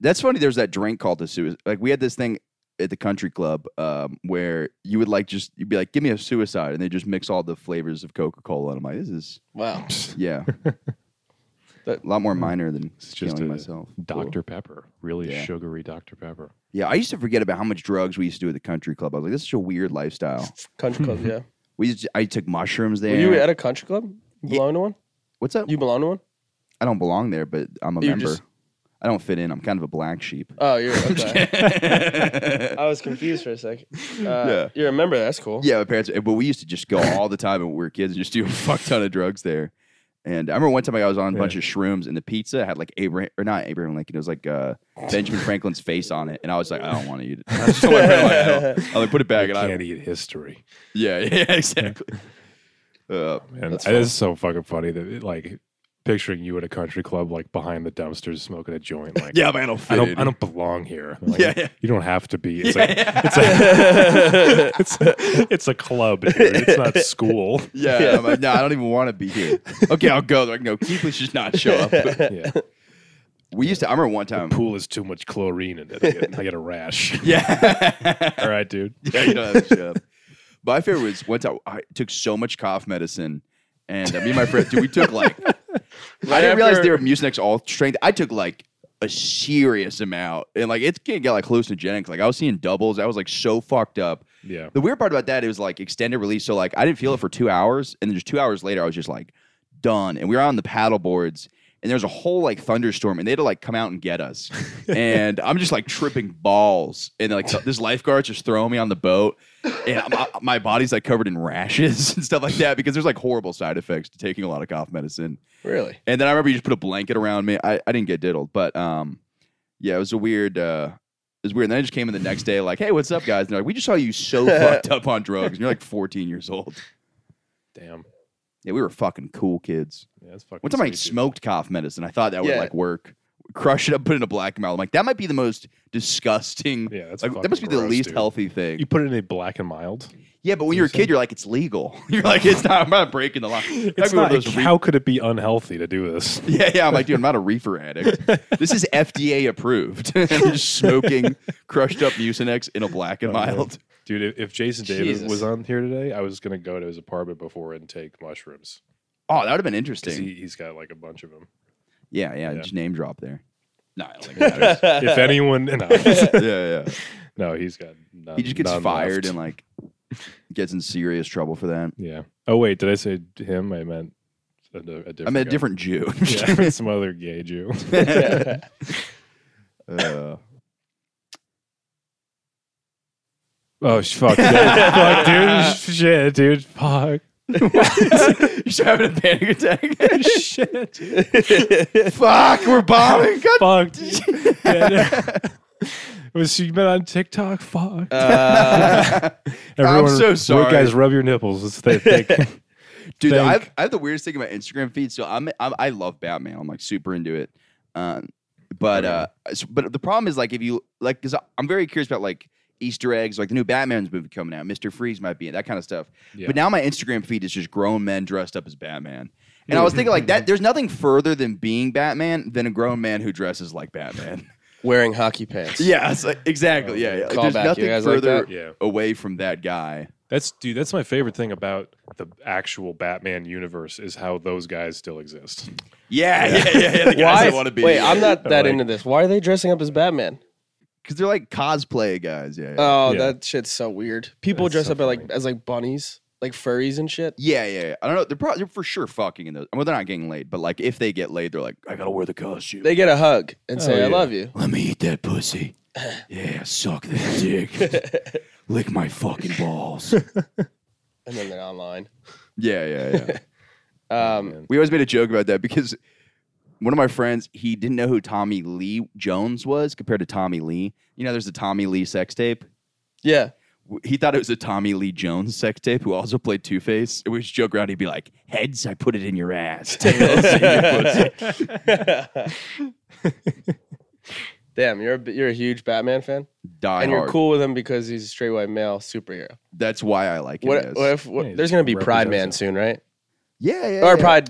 Speaker 5: That's funny. There's that drink called the suicide. Like we had this thing at the country club um, where you would like just you'd be like, "Give me a suicide," and they just mix all the flavors of Coca Cola. And I'm like, "This is
Speaker 3: Wow.
Speaker 5: yeah,
Speaker 3: That-
Speaker 5: a lot more minor than
Speaker 2: It's just
Speaker 5: killing
Speaker 2: a
Speaker 5: myself." Cool.
Speaker 2: Dr. Pepper. Really
Speaker 5: Yeah.
Speaker 2: sugary Dr. Pepper.
Speaker 5: Yeah, I used to forget about how much drugs we used to do at the country club. I was like, "This is such a weird lifestyle."
Speaker 3: Country club, yeah.
Speaker 5: We used to- I took mushrooms there.
Speaker 3: Were you at a country club? You belong to one?
Speaker 5: What's up?
Speaker 3: You belong to one?
Speaker 5: I don't belong there, but I'm a
Speaker 3: You
Speaker 5: member.
Speaker 3: just-
Speaker 5: I don't fit in. I'm kind of a black sheep.
Speaker 3: Oh, you're okay. I was confused for a second. Uh,
Speaker 5: Yeah.
Speaker 3: You remember that's cool.
Speaker 5: Yeah, my parents. But we used to just go all the time when we were kids and just do a fuck ton of drugs there. And I remember one time I was on a bunch of shrooms and the pizza had like Abraham or not Abraham Lincoln. It was like uh, Benjamin Franklin's face on it, and I was like, I don't want to eat it. I just told my friend, like, "No." I like put it back,
Speaker 2: You
Speaker 5: and
Speaker 2: can't
Speaker 5: I
Speaker 2: eat history.
Speaker 5: yeah yeah exactly. Uh,
Speaker 2: Man,
Speaker 3: That's
Speaker 2: it is so fucking funny that it, like picturing you at a country club like behind the dumpsters smoking a joint like
Speaker 5: yeah, man, I don't fit.
Speaker 2: I don't
Speaker 5: in.
Speaker 2: I don't belong here. I'm like,
Speaker 5: Yeah, yeah.
Speaker 2: You don't have to be. It's
Speaker 5: Yeah,
Speaker 2: like
Speaker 5: yeah.
Speaker 2: It's a, it's a it's a club. Dude. It's not school.
Speaker 5: yeah, I'm like, no, I don't even want to be here. Okay, I'll go. They're like, no, Keith, let's just not show up.
Speaker 2: Yeah.
Speaker 5: We used to. I remember one time.
Speaker 2: Pool is too much chlorine in it. I get, I get a rash.
Speaker 5: Yeah.
Speaker 2: All right, dude.
Speaker 5: Yeah, you don't have to shut up. My favorite was one time I took so much cough medicine, and uh, me and my friend, dude, we took like I didn't realize they were Mucinex all strength. I took like a serious amount, and like it can get like hallucinogenic. Like I was seeing doubles. I was like so fucked up.
Speaker 2: Yeah.
Speaker 5: The weird part about that it was like extended release. So like I didn't feel it for two hours, and then just two hours later I was just like done. And we were on the paddle boards, and there was a whole like thunderstorm, and they had to like come out and get us. and I'm just like tripping balls, and like so- this lifeguard's just throwing me on the boat, and I'm- I- my body's like covered in rashes and stuff like that because there's like horrible side effects to taking a lot of cough medicine.
Speaker 3: Really?
Speaker 5: And then I remember you just put a blanket around me. I, I didn't get diddled, but um, yeah, it was a weird. Uh, it was weird. And then I just came in the next day, like, "Hey, what's up, guys?" And they're like, "We just saw you so fucked up on drugs, and you're like 14 years old."
Speaker 2: Damn.
Speaker 5: Yeah, we were fucking cool kids.
Speaker 2: Yeah, that's fucking.
Speaker 5: One time I
Speaker 2: sweet, dude.
Speaker 5: smoked cough medicine. I thought that would
Speaker 3: Yeah.
Speaker 5: like work. Crush it up, put it in a black mile. I'm like, that might be the most disgusting.
Speaker 2: Yeah, that's
Speaker 5: like, that
Speaker 2: fucking
Speaker 5: must be the
Speaker 2: gross,
Speaker 5: least
Speaker 2: dude.
Speaker 5: healthy thing.
Speaker 2: You put it in a black and mild.
Speaker 5: yeah, but when you're a kid, you're like, it's legal. You're like, it's not. I'm not breaking the law. That'd
Speaker 2: It's
Speaker 5: be one of
Speaker 2: not,
Speaker 5: those re-
Speaker 2: how could it be unhealthy to do this?
Speaker 5: Yeah, yeah. I'm like, dude, I'm not a reefer addict. This is FDA approved. I'm just smoking crushed up Mucinex in a black and mild.
Speaker 2: Dude, if- if Jason Davis
Speaker 3: Jesus.
Speaker 2: was on here today, I was going to go to his apartment before and take mushrooms.
Speaker 5: Oh, that would have been
Speaker 2: 'Cause
Speaker 5: interesting.
Speaker 2: He, he's got like a bunch of them.
Speaker 5: yeah, yeah,
Speaker 2: Yeah.
Speaker 5: Just name drop there. No, I don't think it matters.
Speaker 2: if anyone, no,
Speaker 5: yeah, yeah.
Speaker 2: no he's got none.
Speaker 5: He just gets
Speaker 2: none
Speaker 5: fired
Speaker 2: left.
Speaker 5: and like gets in serious trouble for that.
Speaker 2: yeah. Oh wait, did I say him? I meant a, a different.
Speaker 5: I met a
Speaker 2: guy.
Speaker 5: different Jew.
Speaker 2: Yeah, some other gay Jew.
Speaker 5: Uh,
Speaker 2: Oh sh- fuck, dude. fuck, dude, Sh- shit, dude, fuck,
Speaker 5: You're having a panic attack.
Speaker 2: shit, dude.
Speaker 5: Fuck, we're bombing. Oh God.
Speaker 2: fuck. dude. Yeah, no. Was she met on TikTok? Fuck.
Speaker 3: Uh,
Speaker 2: Everyone,
Speaker 5: so
Speaker 2: r-
Speaker 5: sorry.
Speaker 2: guys, rub your nipples. It's they think.
Speaker 5: Dude,
Speaker 2: Thank-
Speaker 5: I have, I have the weirdest thing about Instagram feed. So I'm, I'm I love Batman. I'm like super into it. Um, but uh, s- but the problem is like if you like, because I'm very curious about like Easter eggs, like the new Batman's movie coming out, Mister Freeze might be in that kind of stuff.
Speaker 2: Yeah.
Speaker 5: But now my Instagram feed is just grown men dressed up as Batman. And I was thinking like that. There's nothing further than being Batman than a grown man who dresses like Batman.
Speaker 3: wearing hockey pants.
Speaker 5: yeah, it's like, exactly. Yeah, yeah. Like,
Speaker 3: Oh, Call
Speaker 5: there's
Speaker 3: back, you
Speaker 5: nothing
Speaker 3: guys like
Speaker 5: further
Speaker 2: that? Yeah.
Speaker 5: away from that guy.
Speaker 2: That's dude. That's my favorite thing about the actual Batman universe is how those guys still exist.
Speaker 5: Yeah, yeah, yeah. yeah, the guys
Speaker 3: Why?
Speaker 5: I want to be.
Speaker 3: Wait, I'm not that
Speaker 2: Like-
Speaker 3: into this. Why are they dressing up as Batman?
Speaker 5: because they're like cosplay guys. Yeah. yeah.
Speaker 3: Oh,
Speaker 2: Yeah.
Speaker 3: that shit's so weird. People
Speaker 2: That's
Speaker 3: dress
Speaker 2: so
Speaker 3: up as like
Speaker 2: funny.
Speaker 3: as like bunnies. like furries and shit?
Speaker 5: Yeah, yeah, yeah. I don't know. They're probably they're for sure fucking in those. Well, they're not getting laid, but like if they get laid, they're like, I gotta wear the costume.
Speaker 3: They get a hug and say,
Speaker 2: Oh,
Speaker 3: "I
Speaker 2: yeah.
Speaker 3: love you."
Speaker 5: Let me eat that pussy. Yeah, suck that dick. Lick my fucking balls.
Speaker 3: And then they're online.
Speaker 5: yeah, yeah, yeah.
Speaker 3: Um,
Speaker 5: We always made a joke about that because one of my friends, he didn't know who Tommy Lee Jones was compared to Tommy Lee. You know, there's the Tommy Lee sex tape.
Speaker 3: yeah.
Speaker 5: w- he thought it was a Tommy Lee Jones sex tape who also played Two Face. We used to joke around. He'd be like, "Heads, I put it in your ass." Tails, in your pussy."
Speaker 3: Damn, you're a, bi- you're a huge Batman fan,
Speaker 5: Die
Speaker 3: and you're
Speaker 5: hard.
Speaker 3: cool with him because he's a straight white male superhero.
Speaker 5: That's why I like him.
Speaker 3: What,
Speaker 5: yes.
Speaker 3: what if what,
Speaker 2: Yeah, he
Speaker 3: there's gonna be Pride
Speaker 2: represents
Speaker 3: Man
Speaker 2: it.
Speaker 3: soon, right?
Speaker 5: yeah, yeah,
Speaker 3: Or
Speaker 5: yeah.
Speaker 3: Pride,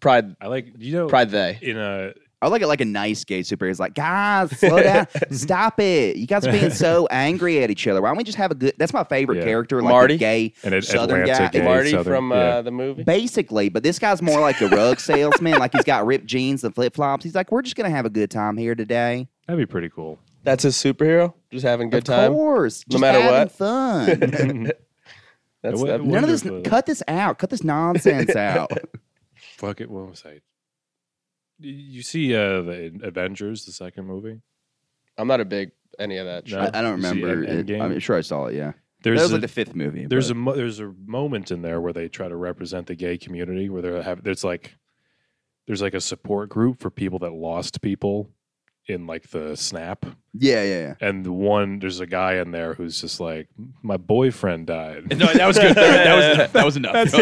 Speaker 3: Pride,
Speaker 2: I like you know
Speaker 3: Pride they.
Speaker 2: in a
Speaker 5: I like it like a nice gay superhero. He's like, guys, slow down, stop it. You guys are being so angry at each other. Why don't we just have a good? That's my favorite
Speaker 2: Yeah.
Speaker 5: character, like
Speaker 3: Marty?
Speaker 5: a gay
Speaker 2: And an
Speaker 5: southern
Speaker 2: Atlanta
Speaker 5: guy.
Speaker 2: gay. Yeah,
Speaker 3: Marty
Speaker 2: he's Southern,
Speaker 3: from uh,
Speaker 2: yeah.
Speaker 3: the movie.
Speaker 5: Basically, but this guy's more like a rug salesman. like he's got ripped jeans and flip flops. He's like, we're just gonna have a good time here today.
Speaker 2: that'd be pretty cool.
Speaker 3: That's his superhero, just having a good time.
Speaker 5: Of course,
Speaker 3: No
Speaker 5: just
Speaker 3: matter
Speaker 5: having
Speaker 3: what.
Speaker 5: fun.
Speaker 3: That's
Speaker 2: What-
Speaker 3: that-
Speaker 2: what-
Speaker 5: None of this.
Speaker 2: Wonderful.
Speaker 5: Cut this out. Cut this nonsense out.
Speaker 2: Fuck it. What was I? You- You see uh, the Avengers, the second movie.
Speaker 3: I'm not a big any of that. Shit.
Speaker 2: No.
Speaker 5: I, I don't
Speaker 2: You see
Speaker 5: remember.
Speaker 2: End-
Speaker 5: It,
Speaker 2: Endgame?
Speaker 5: I'm sure I saw it. Yeah,
Speaker 2: There's
Speaker 5: that was
Speaker 2: a,
Speaker 5: like the fifth movie.
Speaker 2: there's a
Speaker 5: but-
Speaker 2: mo- there's a moment in there where they try to represent the gay community where they're have there's like there's like a support group for people that lost people in like the snap
Speaker 5: yeah, yeah, yeah.
Speaker 2: and the one there's a guy in there who's just like my boyfriend died.
Speaker 5: No, that was good. That was enough. That was enough.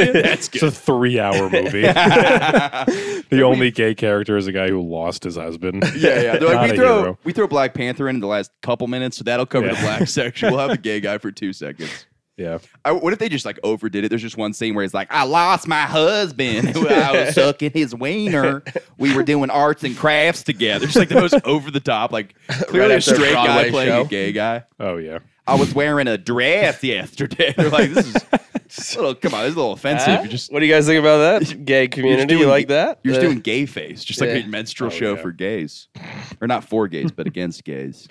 Speaker 2: It's a three hour movie. the only gay character is a guy who lost his husband.
Speaker 5: Yeah, yeah. They're
Speaker 2: Not
Speaker 5: like, we
Speaker 2: a
Speaker 5: throw
Speaker 2: hero.
Speaker 5: we throw Black Panther in, in the last couple minutes, so that'll cover the
Speaker 2: Yeah.
Speaker 5: black section. We'll have the gay guy for two seconds.
Speaker 2: Yeah.
Speaker 5: I, what if they just like overdid it? There's just one scene where he's like, "I lost my husband. I was sucking his wiener. We were doing arts and crafts together." It's like the most over the top, like clearly a
Speaker 3: after a
Speaker 5: straight guy
Speaker 3: Broadway
Speaker 5: playing
Speaker 3: show.
Speaker 5: a gay guy.
Speaker 2: Oh yeah.
Speaker 5: I was wearing a dress yesterday. They're like, "This is a little, come on, this is a little offensive."
Speaker 3: Huh?
Speaker 5: You're just
Speaker 3: Ah? what do you guys think about that? Gay
Speaker 5: you're just
Speaker 3: community, you
Speaker 5: doing-
Speaker 3: like that?
Speaker 5: You're just
Speaker 3: Uh,
Speaker 5: doing gay face, just like
Speaker 3: yeah.
Speaker 5: a menstrual
Speaker 2: Oh,
Speaker 5: show
Speaker 2: yeah.
Speaker 5: for gays, or not for gays, but against gays.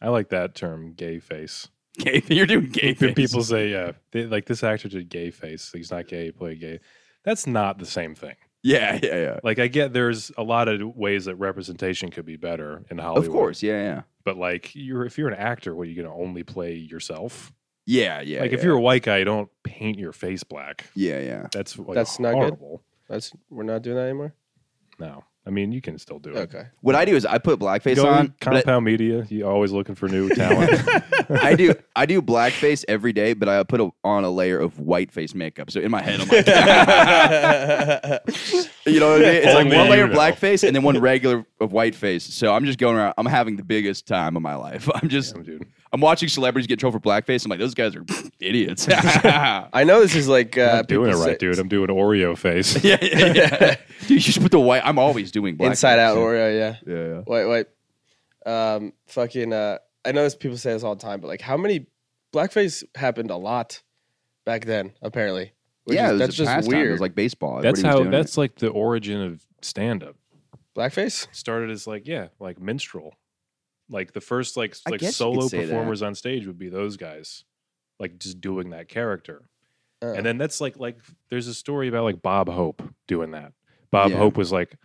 Speaker 2: I like that term, gay face.
Speaker 5: Gay, you're doing gay
Speaker 2: Pe-
Speaker 5: face.
Speaker 2: People say, yeah, they, like this actor did gay face. He's not gay, he played gay. That's not the same thing.
Speaker 5: Yeah, yeah, yeah.
Speaker 2: Like I get there's a lot of ways that representation could be better in Hollywood.
Speaker 5: Of course, yeah, yeah,
Speaker 2: But like you're if you're an actor, what are you gonna only play yourself?
Speaker 5: yeah, yeah.
Speaker 2: like if
Speaker 5: yeah.
Speaker 2: you're a white guy, you don't paint your face black.
Speaker 5: yeah, yeah.
Speaker 2: That's like,
Speaker 3: That's not good?
Speaker 2: horrible.
Speaker 3: That's we're not doing that anymore.
Speaker 2: No. I mean you can still do it.
Speaker 3: Okay.
Speaker 5: What I do is I put blackface
Speaker 2: Go
Speaker 5: on.
Speaker 2: on,
Speaker 5: but
Speaker 2: compound media, you always looking for new talent.
Speaker 5: I, I do, I do blackface every day, but I put a, on a layer of whiteface makeup. So in my head, I'm like, you know what I mean? It's like
Speaker 2: Only
Speaker 5: one layer
Speaker 2: you
Speaker 5: of
Speaker 2: know.
Speaker 5: blackface and then one regular of whiteface. So I'm just going around. I'm having the biggest time of my life. I'm just,
Speaker 2: Damn, dude.
Speaker 5: I'm watching celebrities get in trouble for blackface. I'm like, those guys are idiots. yeah,
Speaker 3: I know this is like uh,
Speaker 2: I'm doing it
Speaker 3: people
Speaker 2: right,
Speaker 3: say-
Speaker 2: dude. I'm doing Oreo face.
Speaker 5: yeah, yeah. Dude, you should put the white. I'm always doing blackface.
Speaker 3: Inside Out Oreo, yeah.
Speaker 5: Yeah, yeah.
Speaker 3: Wait, wait. Um, fucking. Uh, I know this. People say this all the time, but like, how many blackface happened a lot back then? Apparently, which
Speaker 5: yeah,
Speaker 3: is-
Speaker 5: it was
Speaker 3: that's
Speaker 5: a
Speaker 3: just
Speaker 5: pastime.
Speaker 3: weird.
Speaker 5: It was like baseball.
Speaker 2: That's
Speaker 5: Everybody was
Speaker 2: how
Speaker 5: doing it.
Speaker 2: that's like the origin of stand up.
Speaker 3: blackface.
Speaker 2: started as like yeah, like minstrel, like the first like s-
Speaker 5: I
Speaker 2: like
Speaker 5: guess you could
Speaker 2: solo
Speaker 5: say that.
Speaker 2: performers on stage would be those guys, like just doing that character.
Speaker 3: Uh,
Speaker 2: And then that's like like there's a story about like Bob Hope doing that. Bob
Speaker 5: Yeah.
Speaker 2: Hope was like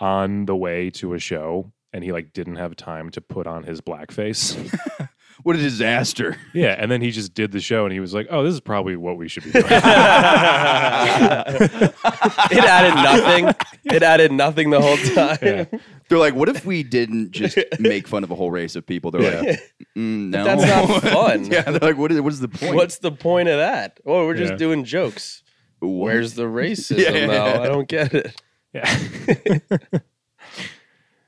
Speaker 2: on the way to a show and he like didn't have time to put on his blackface.
Speaker 5: What a disaster.
Speaker 2: yeah, and then he just did the show and he was like, "Oh, this is probably what we should be doing."
Speaker 3: it added nothing. It added nothing the whole time.
Speaker 2: Yeah.
Speaker 5: They're like, what if we didn't just make fun of a whole race of people? They're like, mm, no.
Speaker 3: that's not fun.
Speaker 5: yeah, they're like, what is, what is the point?
Speaker 3: What's the point of that? Oh, we're just
Speaker 2: Yeah.
Speaker 3: doing jokes.
Speaker 5: What?
Speaker 3: Where's the racism
Speaker 5: Yeah, yeah,
Speaker 3: though?
Speaker 5: yeah.
Speaker 3: I don't get it.
Speaker 2: yeah.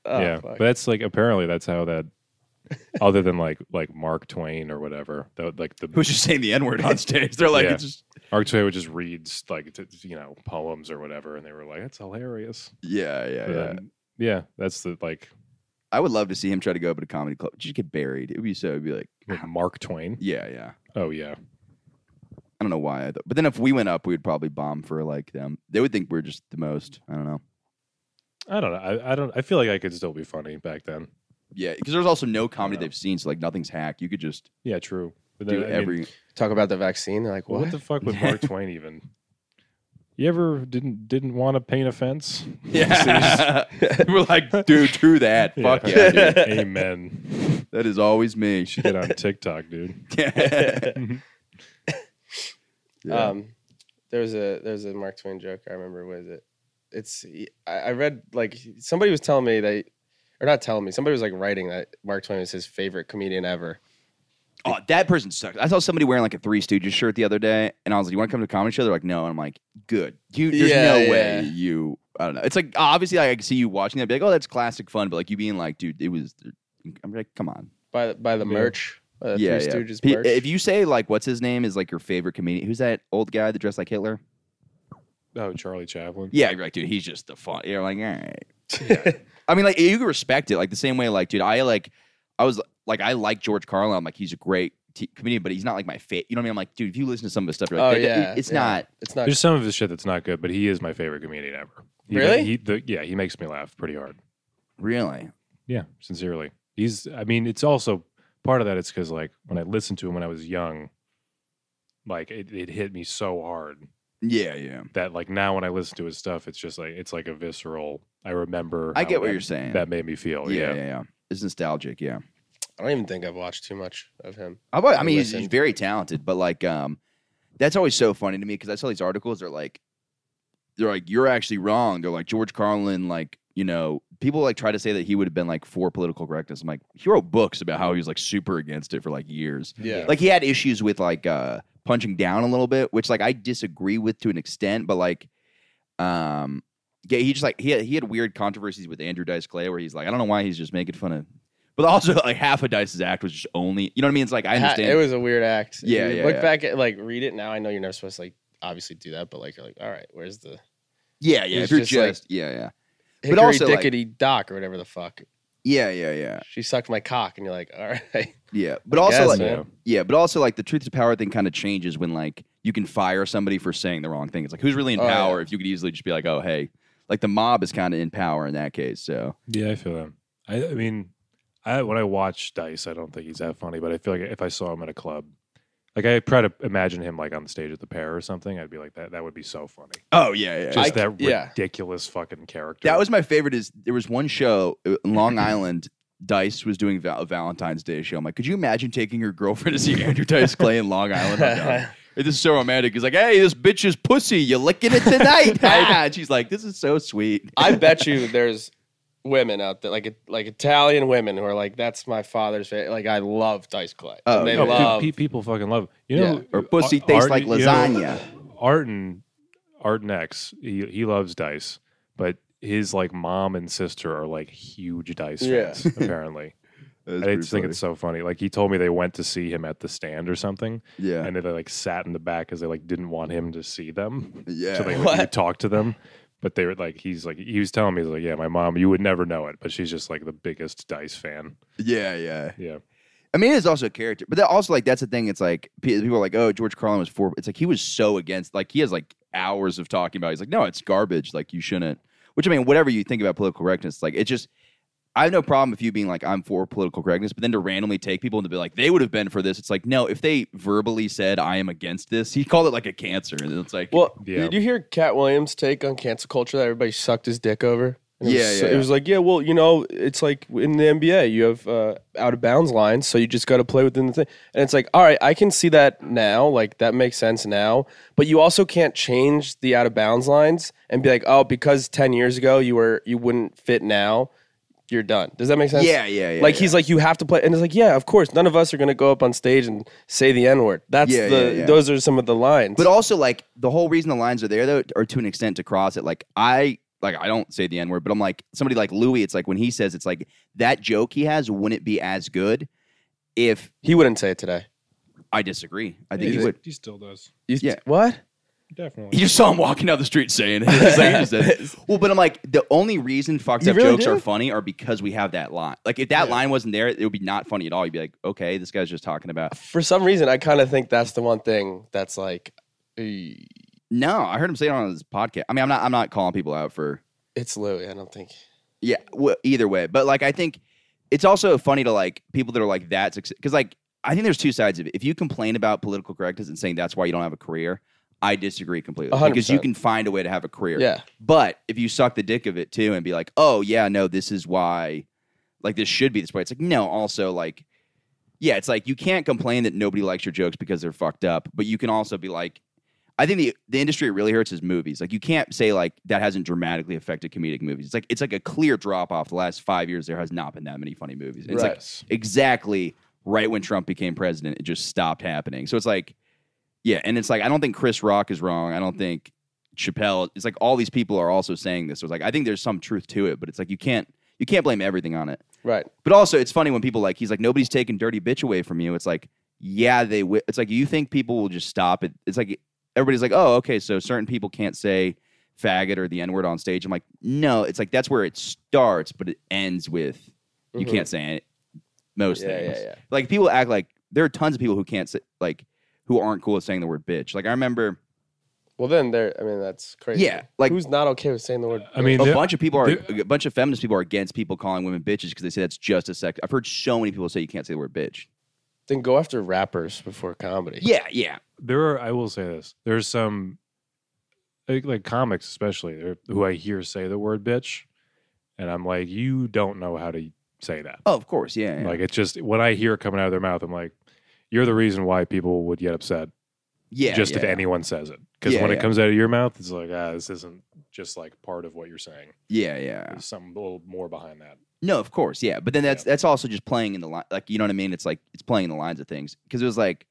Speaker 3: Oh,
Speaker 2: yeah,
Speaker 3: fuck.
Speaker 2: but that's like apparently that's how that. Other than like like Mark Twain or whatever, that like the
Speaker 5: Who's just saying the N word on stage? They're like,
Speaker 2: Yeah.
Speaker 5: it's just,
Speaker 2: Mark Twain would just reads like t- you know poems or whatever, and they were like, "That's hilarious."
Speaker 5: yeah, yeah,
Speaker 2: But
Speaker 5: yeah.
Speaker 2: then, yeah, that's the like
Speaker 5: I would love to see him try to go up at a comedy club. Just get buried. It would be so, it'd be like,
Speaker 2: with Mark Twain.
Speaker 5: yeah, yeah.
Speaker 2: Oh yeah,
Speaker 5: I don't know why. I thought, but then if we went up, we would probably bomb for like them. They would think we're just the most. I don't know.
Speaker 2: I don't know. I, I don't. I feel like I could still be funny back then.
Speaker 5: Yeah, because there's also no comedy
Speaker 2: Yeah.
Speaker 5: they've seen, so like nothing's hack. You could just
Speaker 2: Yeah, true. But
Speaker 5: do
Speaker 2: then, I mean,
Speaker 5: every.
Speaker 3: Talk about the vaccine. They're like,
Speaker 2: what?
Speaker 3: what?
Speaker 2: the fuck with Mark Twain even? You ever didn't didn't want to paint a fence?
Speaker 5: yeah, we're like, dude, true that. Fuck yeah, dude.
Speaker 2: dude. Amen.
Speaker 5: that is always me.
Speaker 2: Should get on TikTok, dude.
Speaker 5: yeah.
Speaker 3: Um, there was a there was a Mark Twain joke I remember. Was it? It's I, I read like somebody was telling me that, or not telling me. Somebody was like writing that Mark Twain was his favorite comedian ever.
Speaker 5: Oh, that person sucks. I saw somebody wearing like a Three Stooges shirt the other day, and I was like, "You want to come to a comedy show?" They're like, "No," and I'm like, "Good. You, there's
Speaker 3: Yeah,
Speaker 5: no
Speaker 3: yeah.
Speaker 5: way you. I don't know. It's like obviously I can see you watching that, be like, "Oh, that's classic fun," but like you being like, "Dude, it was." I'm like, "Come on."
Speaker 3: By the- by the merch, by the
Speaker 5: yeah,
Speaker 3: Three
Speaker 5: yeah.
Speaker 3: Stooges
Speaker 5: P-
Speaker 3: merch.
Speaker 5: If you say like, "What's his name?" is like your favorite comedian. Who's that old guy that dressed like Hitler?
Speaker 2: Oh, Charlie Chaplin.
Speaker 5: Yeah, you're like, dude, he's just the fun. You're like, all right. I mean, like, you can respect it, like the same way, like, dude, I like, I was like, I like George Carlin. I'm like, he's a great t- comedian, but he's not like my favorite. You know what I mean? I'm like, dude, if you listen to some of his stuff, you're
Speaker 3: oh
Speaker 5: like, "That-
Speaker 3: yeah,
Speaker 5: it's
Speaker 3: yeah.
Speaker 5: not.
Speaker 3: It's not.
Speaker 2: There's some of his shit that's not good, but he is my favorite comedian ever. He-
Speaker 3: Really?
Speaker 2: He, the, yeah, he makes me laugh pretty hard.
Speaker 5: Really?
Speaker 2: Yeah, sincerely. He's. I mean, it's also part of that. It's because like when I listened to him when I was young, like it, it hit me so hard
Speaker 5: Yeah, yeah.
Speaker 2: that like now when I listen to his stuff, it's just like it's like a visceral. I remember.
Speaker 5: I
Speaker 2: how
Speaker 5: get what
Speaker 2: that-
Speaker 5: you're saying.
Speaker 2: That made me feel.
Speaker 5: yeah,
Speaker 2: Yeah.
Speaker 5: yeah, yeah, It's nostalgic. Yeah.
Speaker 3: I don't even think I've watched too much of him.
Speaker 5: I, I mean, he's,
Speaker 3: Listen.
Speaker 5: he's very talented, but like, um, that's always so funny to me because I saw these articles. They're like, they're like, you're actually wrong. They're like George Carlin, like you know, people like try to say that he would have been like for political correctness. I'm like, he wrote books about how he was like super against it for like years.
Speaker 3: Yeah.
Speaker 5: Like he had issues with like uh punching down a little bit, which like I disagree with to an extent, but like, um, yeah, he just like he had, he had weird controversies with Andrew Dice Clay where he's like, I don't know why he's just making fun of. But also, like half of Dice's act was just only, you know what I mean? It's like I
Speaker 3: Ha-
Speaker 5: understand.
Speaker 3: It was a weird act. If
Speaker 5: Yeah,
Speaker 3: you
Speaker 5: yeah,
Speaker 3: Look
Speaker 5: yeah.
Speaker 3: back at like read it now. I know you're never supposed to like obviously do that, but like you're like all right, where's the
Speaker 5: Yeah, yeah.
Speaker 3: It's
Speaker 5: If you're
Speaker 3: just
Speaker 5: just,
Speaker 3: like-
Speaker 5: yeah, yeah, But
Speaker 3: hickory
Speaker 5: also, like- Uh,
Speaker 3: dickety dock or whatever the fuck?
Speaker 5: yeah, yeah, yeah,
Speaker 3: She sucked my cock, and you're like all right.
Speaker 5: yeah. But also,
Speaker 3: guess,
Speaker 5: like,
Speaker 3: man.
Speaker 5: yeah. but also, like, the truth to power thing kind of changes when like you can fire somebody for saying the wrong thing. It's like who's really in
Speaker 3: Oh, yeah.
Speaker 5: power if you could easily just be like, oh, hey, like the mob is kind of in power in that case. So
Speaker 2: Yeah, I feel that. I, I mean, I when I watch Dice, I don't think he's that funny, but I feel like if I saw him at a club, like I try to imagine him like on the stage at the pair or something, I'd be like that. That would be so funny.
Speaker 5: oh yeah, yeah.
Speaker 2: Just
Speaker 5: I-
Speaker 2: that
Speaker 3: yeah.
Speaker 2: ridiculous fucking character.
Speaker 5: that was my favorite. Is there was one show uh, in Long Island. Dice was doing val- a Valentine's Day show. I'm like, could you imagine taking your girlfriend to see Andrew Dice Clay in Long Island? I'm down. This is so romantic. He's like, hey, this bitch is pussy. You licking it tonight? and she's like, this is so sweet.
Speaker 3: I bet you there's women out there, like like Italian women, who are like, "That's my father's favorite." Like, I love Dice Clay.
Speaker 5: Oh,
Speaker 3: they
Speaker 5: yeah.
Speaker 2: Oh, dude,
Speaker 3: love.
Speaker 2: pe- people fucking love. You know,
Speaker 5: or pussy
Speaker 2: Ar-
Speaker 5: tastes
Speaker 2: Arden-
Speaker 5: like
Speaker 2: you know,
Speaker 5: lasagna.
Speaker 2: Arden, Arden X, he, he loves Dice, but his like mom and sister are like huge Dice
Speaker 3: Yeah.
Speaker 2: fans, apparently. I just think it's so funny. Like he told me they went to see him at the stand or something,
Speaker 5: yeah,
Speaker 2: and they like sat in the back because they like didn't want him to see them,
Speaker 5: yeah.
Speaker 2: so they
Speaker 3: What?
Speaker 2: would talk to them. But they were like, he's like, he was telling me, he's like, yeah, my mom, you would never know it, but she's just like the biggest Dice fan.
Speaker 5: yeah, yeah.
Speaker 2: Yeah,
Speaker 5: I mean, it is also a character, but that also like that's the thing. It's like pe- people are like, "Oh, George Carlin was for." It's like he was so against. Like he has like hours of talking about. it. He's like, "No, it's garbage. Like you shouldn't." Which I mean, whatever you think about political correctness, like it just. I have no problem with you being like, I'm for political correctness, but then to randomly take people and to be like, they would have been for this. It's like, no, if they verbally said, I am against this, he called it like a cancer. And it's like,
Speaker 3: well,
Speaker 2: Yeah.
Speaker 3: did you hear Cat Williams' take on cancel culture that everybody sucked his dick over? And it was
Speaker 5: Yeah,
Speaker 3: so-
Speaker 5: yeah.
Speaker 3: It was like, yeah, well, you know, it's like in the NBA, you have uh, out of bounds lines, so you just got to play within the thing. And it's like, all right, I can see that now, like that makes sense now. But you also can't change the out of bounds lines and be like, oh, because ten years ago you were you wouldn't fit now, you're done. Does that make sense?
Speaker 5: yeah, yeah, yeah.
Speaker 3: like
Speaker 5: yeah.
Speaker 3: he's like you have to play and it's like yeah of course none of us are going to go up on stage and say the n word that's
Speaker 5: Yeah,
Speaker 3: the
Speaker 5: yeah, yeah.
Speaker 3: those are some of the lines
Speaker 5: But also, like the whole reason the lines are there, though, or to an extent, to cross it. Like I, like I don't say the n word, but I'm like somebody like Louis. It's like when he says, it's like that joke he has wouldn't be as good if
Speaker 3: he wouldn't say it today
Speaker 5: I disagree. I think he would.
Speaker 2: he still does,
Speaker 3: You-
Speaker 5: Yeah.
Speaker 3: what
Speaker 2: definitely.
Speaker 5: You just saw him walking down the street saying, it. It's like he just said- "Well," but I'm like, the only reason fucked
Speaker 3: You
Speaker 5: up
Speaker 3: really
Speaker 5: jokes
Speaker 3: do?
Speaker 5: are funny are because we have that line. Like, if that line wasn't there, it would be not funny at all. You'd be like, "Okay, this guy's just talking about."
Speaker 3: for some reason i kind of think that's the one thing that's like eh,
Speaker 5: No, I heard him say it on his podcast. I mean, I'm not. I'm not calling people out for
Speaker 3: it's louis i don't think
Speaker 5: Yeah, well, either way, but like I think it's also funny to like people that are like that because like I think there's two sides of it. If you complain about political correctness and saying that's why you don't have a career, I disagree completely
Speaker 3: A hundred
Speaker 5: because you
Speaker 3: percent.
Speaker 5: can find a way to have a career.
Speaker 3: Yeah.
Speaker 5: But if you suck the dick of it too and be like, oh yeah, no, this is why, like this should be this way. It's like no, also like, yeah, it's like you can't complain that nobody likes your jokes because they're fucked up, but you can also be like. I think the, the industry it really hurts is movies. Like you can't say like that hasn't dramatically affected comedic movies. It's like it's like a clear drop off. The last five years there has not been that many funny movies. And It's like
Speaker 2: Yes.
Speaker 5: exactly right when Trump became president, it just stopped happening. So it's like, yeah, and it's like I don't think Chris Rock is wrong. I don't think Chappelle. It's like all these people are also saying this. So it's like I think there's some truth to it, but it's like you can't you can't blame everything on it.
Speaker 3: Right.
Speaker 5: But also, it's funny when people like he's like nobody's taking dirty bitch away from you. It's like yeah, they. Wi-. It's like you think people will just stop it. It's like everybody's like oh okay, so certain people can't say faggot or the n word on stage. I'm like no, it's like that's where it starts, but it ends with you
Speaker 3: Mhm.
Speaker 5: can't say it. Most
Speaker 3: Yeah,
Speaker 5: things
Speaker 3: yeah, yeah.
Speaker 5: like people act like there are tons of people who can't say like who aren't cool with saying the word bitch. Like I remember
Speaker 3: Well, then there. I mean, that's crazy.
Speaker 5: Yeah, like-
Speaker 3: who's not okay with saying the word?
Speaker 2: I mean,
Speaker 5: a
Speaker 2: there-
Speaker 5: bunch of people are
Speaker 2: there-
Speaker 5: a bunch of feminist people are against people calling women bitches because they say that's just a sex. I've heard so many people say you can't say the word bitch.
Speaker 3: then go after rappers before comedy.
Speaker 5: Yeah, yeah.
Speaker 2: there are i will say this there's some like, like comics especially there- who i hear say the word bitch and i'm like you don't know how to say that
Speaker 5: Oh, of course, yeah. yeah.
Speaker 2: like it's just when i hear it coming out of their mouth i'm like you're the reason why people would get upset
Speaker 5: yeah
Speaker 2: just
Speaker 5: yeah,
Speaker 2: if anyone says it because
Speaker 5: Yeah,
Speaker 2: when
Speaker 5: yeah.
Speaker 2: it comes out of your mouth it's like ah this isn't just like part of what you're saying
Speaker 5: Yeah, yeah.
Speaker 2: there's something a little more behind that
Speaker 5: No, of course, yeah. But then that's
Speaker 2: Yeah.
Speaker 5: that's also just playing in the line, like you know what I mean. It's like it's playing in the lines of things because it was like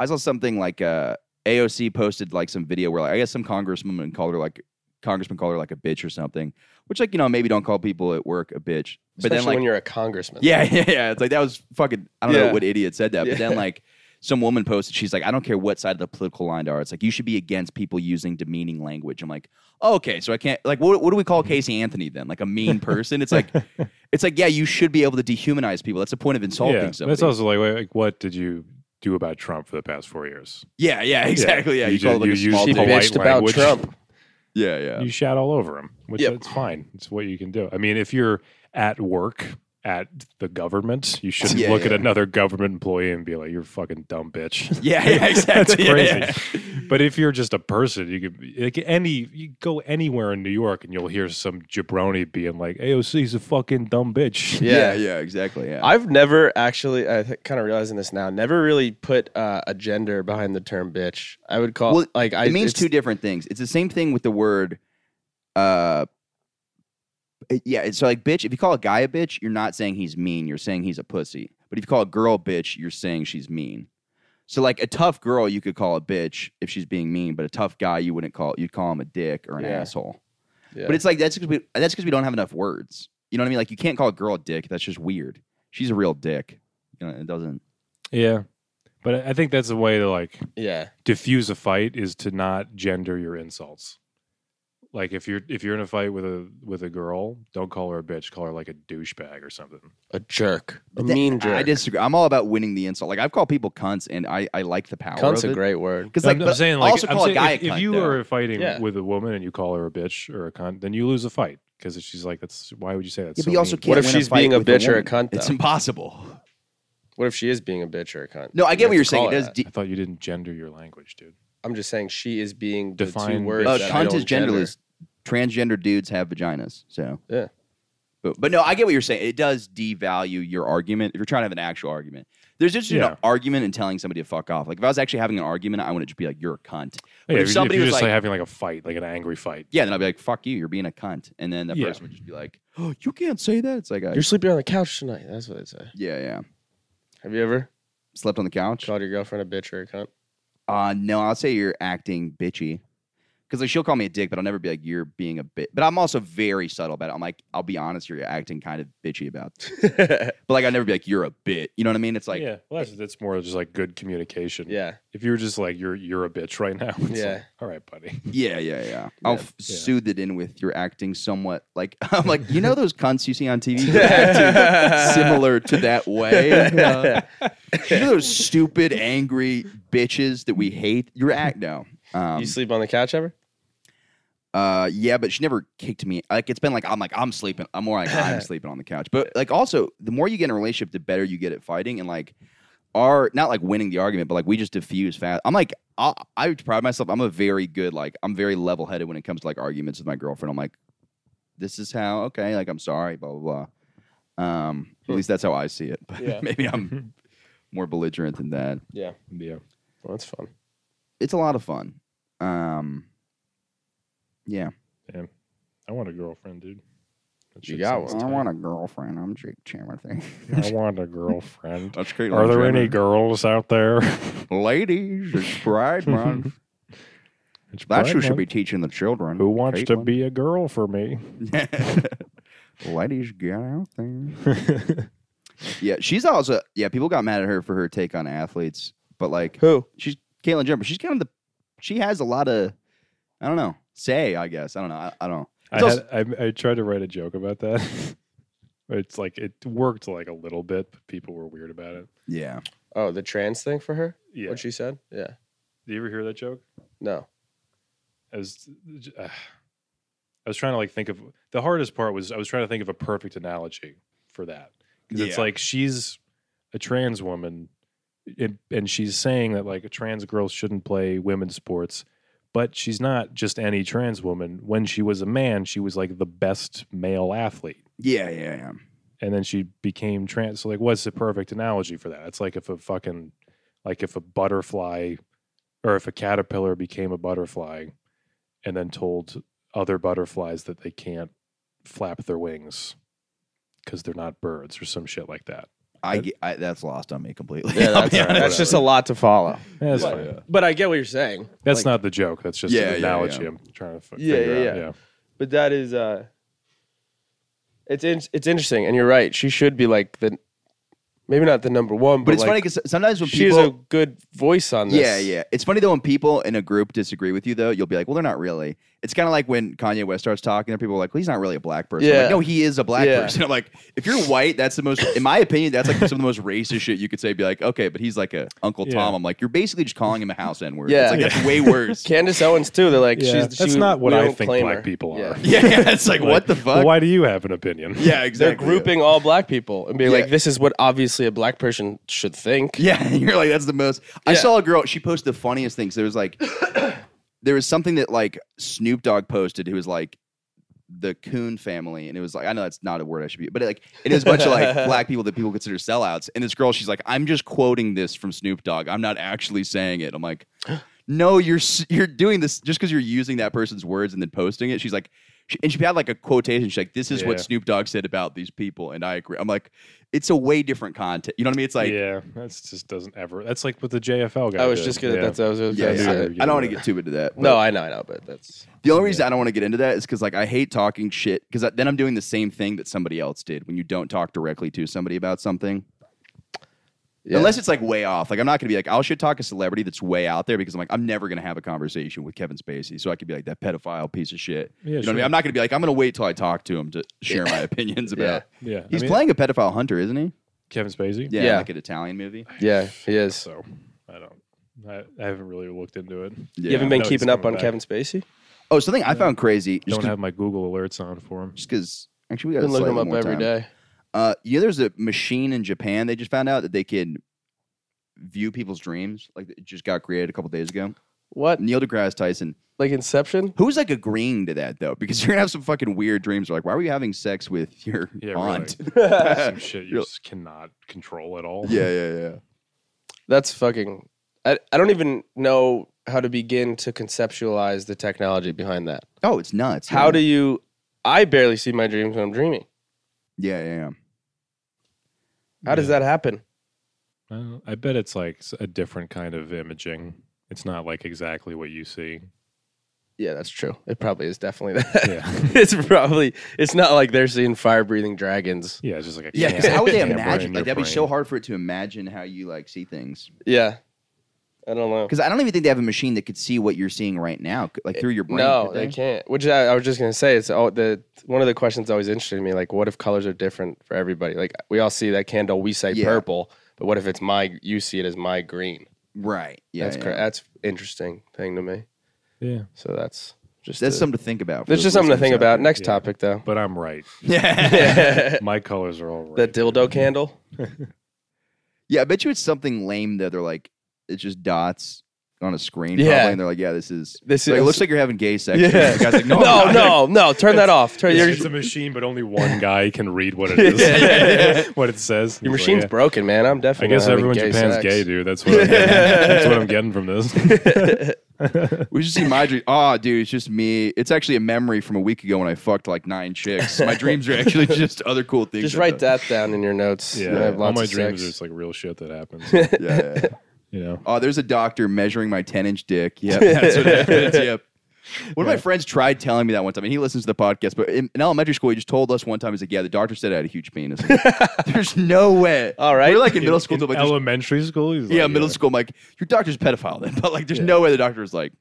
Speaker 5: I saw something like uh, AOC posted like some video where like I guess some congresswoman called her like congressman called her like a bitch or something, which like you know maybe don't call people at work a bitch. But
Speaker 3: Especially
Speaker 5: then like
Speaker 3: when you're a congressman.
Speaker 5: yeah, yeah, yeah. It's like that was fucking. I don't know
Speaker 3: Yeah.
Speaker 5: what idiot said that, but then
Speaker 3: Yeah.
Speaker 5: like some woman posted, she's like, I don't care what side of the political line you are. It's like you should be against people using demeaning language. I'm like, oh, okay, so I can't like what, what do we call Casey Anthony then? Like a mean person? It's like it's like yeah, you should be able to dehumanize people. That's the point of insulting
Speaker 2: yeah
Speaker 5: somebody.
Speaker 2: that's also like, like what did you do about trump for the past four years
Speaker 5: yeah, yeah, exactly. Yeah,
Speaker 2: you
Speaker 5: you, call
Speaker 2: ju-
Speaker 5: it like
Speaker 2: you
Speaker 5: a
Speaker 2: use
Speaker 5: small
Speaker 3: She
Speaker 5: dick.
Speaker 2: All polite
Speaker 3: bitched about
Speaker 2: language.
Speaker 3: Trump.
Speaker 5: Yeah, yeah,
Speaker 2: you shout all over them, which
Speaker 3: Yep.
Speaker 2: it's fine. It's what you can do. I mean, if you're at work at the government, you shouldn't
Speaker 5: Yeah,
Speaker 2: look at
Speaker 5: yeah.
Speaker 2: another government employee and be like, "You're a fucking dumb bitch."
Speaker 5: yeah, yeah.
Speaker 2: That's
Speaker 5: Exactly. yeah,
Speaker 2: crazy.
Speaker 5: yeah.
Speaker 2: But if you're just a person, you could be- like any you go anywhere in New York and you'll hear some jabroni being like, "AOC's a fucking dumb bitch."
Speaker 5: Yeah, yeah, exactly. Yeah.
Speaker 3: I've never actually, I th- kind of realizing this now, never really put uh, a gender behind the term bitch. I would call
Speaker 5: Well,
Speaker 3: like I
Speaker 5: it means
Speaker 3: it's-
Speaker 5: two different things. It's the same thing with the word, uh, it- yeah. So like, bitch. If you call a guy a bitch, you're not saying he's mean. You're saying he's a pussy. But if you call a girl bitch, you're saying she's mean. So like a tough girl, you could call a bitch if she's being mean, but a tough guy, you wouldn't call. You'd call him a dick or an
Speaker 3: Yeah.
Speaker 5: asshole.
Speaker 3: Yeah.
Speaker 5: But it's like that's because we that's because we don't have enough words. You know what I mean? Like you can't call a girl a dick. That's just weird. She's a real dick. You know, it doesn't.
Speaker 2: yeah. But I I think that's a way to like
Speaker 3: yeah,
Speaker 2: diffuse a fight is to not gender your insults. Like if you're if you're in a fight with a with a girl, don't call her a bitch. Call her like a douchebag or something.
Speaker 3: a jerk, a
Speaker 5: Th-
Speaker 3: mean jerk.
Speaker 5: I disagree. I'm all about winning the insult. Like I've called people cunts, and I I like the power.
Speaker 3: Cunt's
Speaker 5: of
Speaker 3: a
Speaker 5: it.
Speaker 3: great word.
Speaker 5: Because
Speaker 2: No,
Speaker 5: like,
Speaker 2: I'm,
Speaker 5: but
Speaker 2: I'm saying, like,
Speaker 5: also
Speaker 2: I'm
Speaker 5: call
Speaker 2: saying
Speaker 5: a guy
Speaker 2: if,
Speaker 5: a
Speaker 2: if
Speaker 5: cunt,
Speaker 2: you
Speaker 5: though.
Speaker 2: are fighting
Speaker 3: Yeah.
Speaker 2: with a woman and you call her a bitch or a cunt, then you lose a fight because she's like, "That's why would you say that?"
Speaker 5: Yeah, but you also can't
Speaker 3: What if
Speaker 5: win a
Speaker 3: she's
Speaker 5: fight
Speaker 3: being a
Speaker 5: with
Speaker 3: bitch or a
Speaker 5: woman.
Speaker 3: cunt,
Speaker 5: It's
Speaker 3: though?
Speaker 5: impossible.
Speaker 3: What if she is being a bitch or a cunt?
Speaker 5: No, I
Speaker 3: You
Speaker 5: get
Speaker 3: have
Speaker 5: what you're
Speaker 3: to
Speaker 5: saying.
Speaker 3: call
Speaker 5: It
Speaker 3: her
Speaker 5: does.
Speaker 3: that.
Speaker 5: De-
Speaker 2: I thought you didn't gender your language, dude.
Speaker 3: I'm just saying she is being the
Speaker 2: Define
Speaker 3: two words.
Speaker 5: uh,
Speaker 2: bitch.
Speaker 3: that I
Speaker 5: cunt
Speaker 3: don't
Speaker 5: is genderless.
Speaker 3: gender.
Speaker 5: Transgender dudes have vaginas, so
Speaker 3: Yeah.
Speaker 5: But, but no, I get what you're saying. It does devalue your argument if you're trying to have an actual argument. There's just
Speaker 2: Yeah.
Speaker 5: an argument and telling somebody to fuck off. Like if I was actually having an argument, I wouldn't just be like, "You're a cunt." But if
Speaker 2: Yeah, if, you- if
Speaker 5: somebody
Speaker 2: you're
Speaker 5: was
Speaker 2: just like,
Speaker 5: like-
Speaker 2: having like a fight, like an angry fight,
Speaker 5: Yeah, then I'd be like, "Fuck you, you're being a cunt," and then that
Speaker 2: Yeah.
Speaker 5: person would just be like, "Oh, you can't say that." It's like, I,
Speaker 3: You're sleeping on the couch tonight. That's what they say.
Speaker 5: yeah, yeah.
Speaker 3: Have you ever
Speaker 5: Slept on the couch.
Speaker 3: called your girlfriend a bitch or a cunt?
Speaker 5: Uh no, I'll say you're acting bitchy. Cause like she'll call me a dick, but I'll never be like you're being a bit. But I'm also very subtle about it. I'm like, I'll be honest, you're acting kind of bitchy about. It. But like I'll never be like you're a bit. You know what I mean? It's like
Speaker 2: yeah, well, that's, that's more just like good communication.
Speaker 3: yeah,
Speaker 2: if you were just like, "You're you're a bitch right now," it's
Speaker 3: Yeah.
Speaker 2: like, all right, buddy.
Speaker 5: yeah, yeah, yeah. I'll f-
Speaker 2: Yeah.
Speaker 5: soothe it in with you're acting somewhat like I'm like you know those cunts you see on TV They're acting similar to that way. Uh, you know those stupid angry bitches that we hate. You're act no. Um,
Speaker 3: you sleep on the couch ever?
Speaker 5: Uh, yeah, but she never kicked me. Like it's been like I'm like I'm sleeping. I'm more like I'm sleeping on the couch. But like also, the more you get in a relationship, the better you get at fighting. And like, are not like winning the argument, but like we just diffuse fast. I'm like, I, I pride myself. I'm a very good, like, I'm very level headed when it comes to like arguments with my girlfriend. I'm like, this is how, okay, like, I'm sorry, blah, blah, blah. Um, at least that's how I see it. But
Speaker 3: Hmm. Yeah.
Speaker 5: maybe I'm more belligerent than that.
Speaker 3: Yeah.
Speaker 2: Yeah.
Speaker 3: Well, that's fun.
Speaker 5: It's a lot of fun. Um, yeah.
Speaker 2: Damn. I want a girlfriend, dude. That
Speaker 3: You
Speaker 2: shit
Speaker 3: got
Speaker 2: sounds
Speaker 5: I
Speaker 3: one.
Speaker 2: tight.
Speaker 5: want a girlfriend. I'm Jake Chandler thing.
Speaker 2: I want a girlfriend.
Speaker 5: That's great.
Speaker 2: Are there any girls out there?
Speaker 5: ladies? It's Pride Month.
Speaker 2: It's
Speaker 5: That
Speaker 2: Pride
Speaker 5: you should
Speaker 2: Month.
Speaker 5: be teaching the children.
Speaker 2: Who wants to
Speaker 5: Caitlin.
Speaker 2: be a girl for me?
Speaker 5: Ladies, get out there. yeah, she's also yeah. People got mad at her for her take on athletes, but like
Speaker 3: Who?
Speaker 5: she's Caitlyn Jenner. but She's kind of the she has a lot of I don't know say. I guess I don't know. I, I don't.
Speaker 2: I,
Speaker 5: It's also-
Speaker 2: had, I, I tried to write a joke about that. it's like it worked like a little bit, but people were weird about it.
Speaker 5: yeah,
Speaker 3: Oh, the trans thing for her?
Speaker 2: Yeah.
Speaker 3: What she said? Yeah.
Speaker 2: Do you ever hear that joke?
Speaker 3: No.
Speaker 2: I was, uh, I was trying to like think of the hardest part was I was trying to think of a perfect analogy for that because it's
Speaker 5: Yeah.
Speaker 2: like she's a trans woman and, and she's saying that like trans girls shouldn't play women's sports, but she's not just any trans woman. When she was a man, she was like the best male athlete.
Speaker 5: yeah, yeah, yeah.
Speaker 2: and then she became trans. So like, what's the perfect analogy for that? It's like if a fucking, like if a butterfly, or if a caterpillar became a butterfly, and then told other butterflies that they can't flap their wings because they're not birds or some shit like that.
Speaker 5: I, get- I that's lost on me completely.
Speaker 3: Yeah,
Speaker 5: I'll
Speaker 3: that's,
Speaker 5: be honest.
Speaker 3: that's just a lot to follow.
Speaker 2: That's,
Speaker 3: But,
Speaker 2: fine.
Speaker 3: but I get what you're saying.
Speaker 2: That's
Speaker 3: Like-
Speaker 2: not the joke. That's just
Speaker 5: Yeah, yeah,
Speaker 2: an analogy
Speaker 5: yeah.
Speaker 2: I'm trying to f-
Speaker 3: Yeah,
Speaker 2: figure
Speaker 3: yeah,
Speaker 2: out.
Speaker 3: yeah. But that is uh it's in, it's interesting and you're right. She should be like the maybe not the number 1, but,
Speaker 5: But it's
Speaker 3: like,
Speaker 5: funny because sometimes when
Speaker 3: she
Speaker 5: people
Speaker 3: has a good voice on this.
Speaker 5: Yeah, yeah. It's funny though when people in a group disagree with you though, you'll be like, "Well, they're not really." It's kind of like when Kanye West starts talking, and people are like, "Well, he's not really a black person." I'm like,
Speaker 3: Yeah.
Speaker 5: no, he is a black
Speaker 3: Yeah.
Speaker 5: person. I'm like, if you're white, that's the most, in my opinion, that's like some of the most racist shit you could say. Be like, okay, but he's like a Uncle
Speaker 2: Yeah.
Speaker 5: Tom. I'm like, you're basically just calling him a house n word.
Speaker 3: Yeah.
Speaker 5: it's like that's way worse.
Speaker 3: Candace Owens too. They're like
Speaker 2: Yeah,
Speaker 3: she's
Speaker 2: that's
Speaker 3: she-
Speaker 2: not what
Speaker 3: we
Speaker 2: I
Speaker 3: don't
Speaker 2: think
Speaker 3: claim
Speaker 2: black
Speaker 3: her.
Speaker 2: people
Speaker 3: Yeah.
Speaker 2: are.
Speaker 5: yeah, it's like, what the fuck?
Speaker 2: Why do you have an opinion?
Speaker 5: yeah,
Speaker 3: They're
Speaker 5: exactly.
Speaker 3: grouping all black people and being
Speaker 5: Yeah.
Speaker 3: like this is what obviously a black person should think.
Speaker 5: Yeah, you're like that's the most. I
Speaker 3: Yeah.
Speaker 5: saw a girl. She posted the funniest things. There was like, there was something that like Snoop Dogg posted. Who was like the Coon family, and it was like I know that's not a word I should be, but like it was a bunch of like black people that people consider sellouts. And this girl, she's like, I'm just quoting this from Snoop Dogg. I'm not actually saying it. I'm like, no, you're s- you're doing this just because you're using that person's words and then posting it. She's like. She, and she had like a quotation. She's like, "This is what
Speaker 2: Yeah.
Speaker 5: Snoop Dogg said about these people," and I agree. I'm like, it's a way different content. You know what I mean? It's like,
Speaker 2: yeah, that's just doesn't ever. That's like what the JFL guy.
Speaker 3: I was
Speaker 2: did.
Speaker 3: just gonna.
Speaker 2: Yeah.
Speaker 3: That's what I was gonna
Speaker 5: yeah,
Speaker 2: That's
Speaker 5: yeah.
Speaker 2: it.
Speaker 5: I, I don't want to get too into that.
Speaker 3: No,
Speaker 5: but
Speaker 3: I know, I know, but that's
Speaker 5: the only reason I don't want to get into that is because like I hate talking shit because then I'm doing the same thing that somebody else did when you don't talk directly to somebody about something.
Speaker 3: yeah.
Speaker 5: Unless it's like way off. Like I'm not gonna be like I'll shit talk a celebrity that's way out there because I'm like I'm never gonna have a conversation with Kevin Spacey, so I could be like that pedophile piece of shit.
Speaker 2: Yeah,
Speaker 5: you know what I
Speaker 2: sure.
Speaker 5: mean? I'm not gonna be like I'm gonna wait till I talk to him to share my opinions about.
Speaker 2: yeah. I
Speaker 5: He's
Speaker 2: mean,
Speaker 5: playing a pedophile hunter, isn't he?
Speaker 2: Kevin Spacey.
Speaker 5: Yeah,
Speaker 3: Yeah.
Speaker 5: like an Italian movie.
Speaker 3: yeah, he is.
Speaker 2: So I don't. I, I haven't really looked into it.
Speaker 5: Yeah.
Speaker 3: You haven't
Speaker 2: I
Speaker 3: been
Speaker 2: know
Speaker 3: keeping
Speaker 2: he's
Speaker 3: up on
Speaker 2: coming back.
Speaker 3: Kevin Spacey?
Speaker 5: oh, something I found crazy. Just
Speaker 2: Don't
Speaker 5: because
Speaker 2: have my Google alerts on for him.
Speaker 5: actually we got
Speaker 3: Been looking him
Speaker 5: slightly
Speaker 3: up
Speaker 5: more
Speaker 3: every
Speaker 5: time.
Speaker 3: day.
Speaker 5: Uh, you know, there's a machine in Japan. They just found out that they can view people's dreams. Like it just got created a couple days ago.
Speaker 3: What?
Speaker 5: Neil deGrasse Tyson,
Speaker 3: Like Inception?
Speaker 5: who's like agreeing to that though, because you're gonna have some fucking weird dreams. Like, why were you having sex with your
Speaker 2: Yeah, really.
Speaker 5: aunt?
Speaker 2: Some shit you
Speaker 5: You're-
Speaker 2: just cannot control at all.
Speaker 5: yeah, yeah, yeah.
Speaker 3: That's fucking. I, I don't even know how to begin to conceptualize the technology behind that.
Speaker 5: Oh, it's nuts.
Speaker 3: How
Speaker 5: yeah.
Speaker 3: do you? I barely see my dreams when I'm dreaming.
Speaker 5: Yeah, yeah, yeah.
Speaker 3: How does that happen?
Speaker 2: Well, I bet it's like s- a different kind of imaging. It's not like exactly what you see.
Speaker 3: Yeah, that's true. It probably is definitely that.
Speaker 2: Yeah.
Speaker 3: it's probably. It's not like they're seeing fire breathing dragons.
Speaker 2: Yeah, it's just like a
Speaker 5: Yeah, because
Speaker 2: cam-
Speaker 5: how would they
Speaker 2: camera
Speaker 5: imagine?
Speaker 2: in
Speaker 5: Like
Speaker 2: your
Speaker 5: that'd be so
Speaker 2: brain.
Speaker 5: hard for it to imagine how you like see things.
Speaker 3: Yeah. I don't know.
Speaker 5: Because I don't even think they have a machine that could see what you're seeing right now, c- like through your brain.
Speaker 3: Eh, No,
Speaker 5: could
Speaker 3: they? can't. Which I, I was just gonna say, it's all the one of the questions that always interested me. Like, what if colors are different for everybody? Like, we all see that candle, we say
Speaker 5: Yeah.
Speaker 3: purple, but what if it's my? You see it as my green.
Speaker 5: Right. Yeah.
Speaker 3: that's
Speaker 5: yeah.
Speaker 3: cra- that's interesting thing to me.
Speaker 2: Yeah,
Speaker 3: So that's just
Speaker 5: That's
Speaker 3: a-
Speaker 5: something to think about. for
Speaker 3: That's
Speaker 5: those
Speaker 3: just something to
Speaker 5: listeners
Speaker 3: think
Speaker 5: out
Speaker 3: about. Next
Speaker 2: Yeah.
Speaker 3: topic though,
Speaker 2: but I'm right.
Speaker 5: there. Yeah.
Speaker 3: the
Speaker 2: My colors are all right.
Speaker 3: dildo candle.
Speaker 5: Yeah, I bet you it's something lame that they're like, it's just dots on a screen.
Speaker 3: Yeah.
Speaker 5: Probably, and they're like, yeah, this is.
Speaker 3: This
Speaker 5: like,
Speaker 3: is
Speaker 5: it looks like you're having gay sex.
Speaker 3: Yeah.
Speaker 5: The guy's like, no, I'm
Speaker 3: no,
Speaker 5: not."
Speaker 3: no, no. Turn that off. Turn your,
Speaker 2: It's, it's a machine, but only one guy can read what it is,
Speaker 3: Yeah, yeah,
Speaker 2: what it says.
Speaker 3: your
Speaker 2: He's like,
Speaker 3: machine's
Speaker 2: "Yeah."
Speaker 3: broken, man. I'm
Speaker 2: I
Speaker 3: definitely.
Speaker 2: guess
Speaker 3: having
Speaker 2: everyone in
Speaker 3: gay
Speaker 2: Japan's
Speaker 3: sex.
Speaker 2: gay, dude. That's what, I'm getting. That's what I'm getting from this.
Speaker 5: We should see my dream. Oh, dude, it's just me. It's actually a memory from a week ago when I fucked like nine chicks. My dreams are actually just other cool things.
Speaker 3: Just
Speaker 5: I've
Speaker 3: write
Speaker 5: done.
Speaker 3: that down in your notes.
Speaker 2: Yeah,
Speaker 3: You have
Speaker 2: all
Speaker 3: lots
Speaker 2: my
Speaker 3: of
Speaker 2: dreams are
Speaker 3: sex.
Speaker 2: just like real shit that happens.
Speaker 5: Yeah, yeah.
Speaker 2: You know,
Speaker 5: Oh, there's a doctor measuring my 10 inch dick. Yep. That's what happens. Yep. One of my friends tried telling me that one time, and he listens to the podcast. But in, in elementary school, he just told us one time, he's like, "Yeah, the doctor said I had a huge penis." I'm like, there's no way.
Speaker 3: All right.
Speaker 5: we're like in middle school,
Speaker 2: in
Speaker 5: too, like, there's-
Speaker 2: elementary school. He's
Speaker 5: yeah,
Speaker 2: like, uh,
Speaker 5: middle school. I'm like, your doctor's a pedophile, then. But like, there's
Speaker 2: Yeah.
Speaker 5: no way the doctor was like,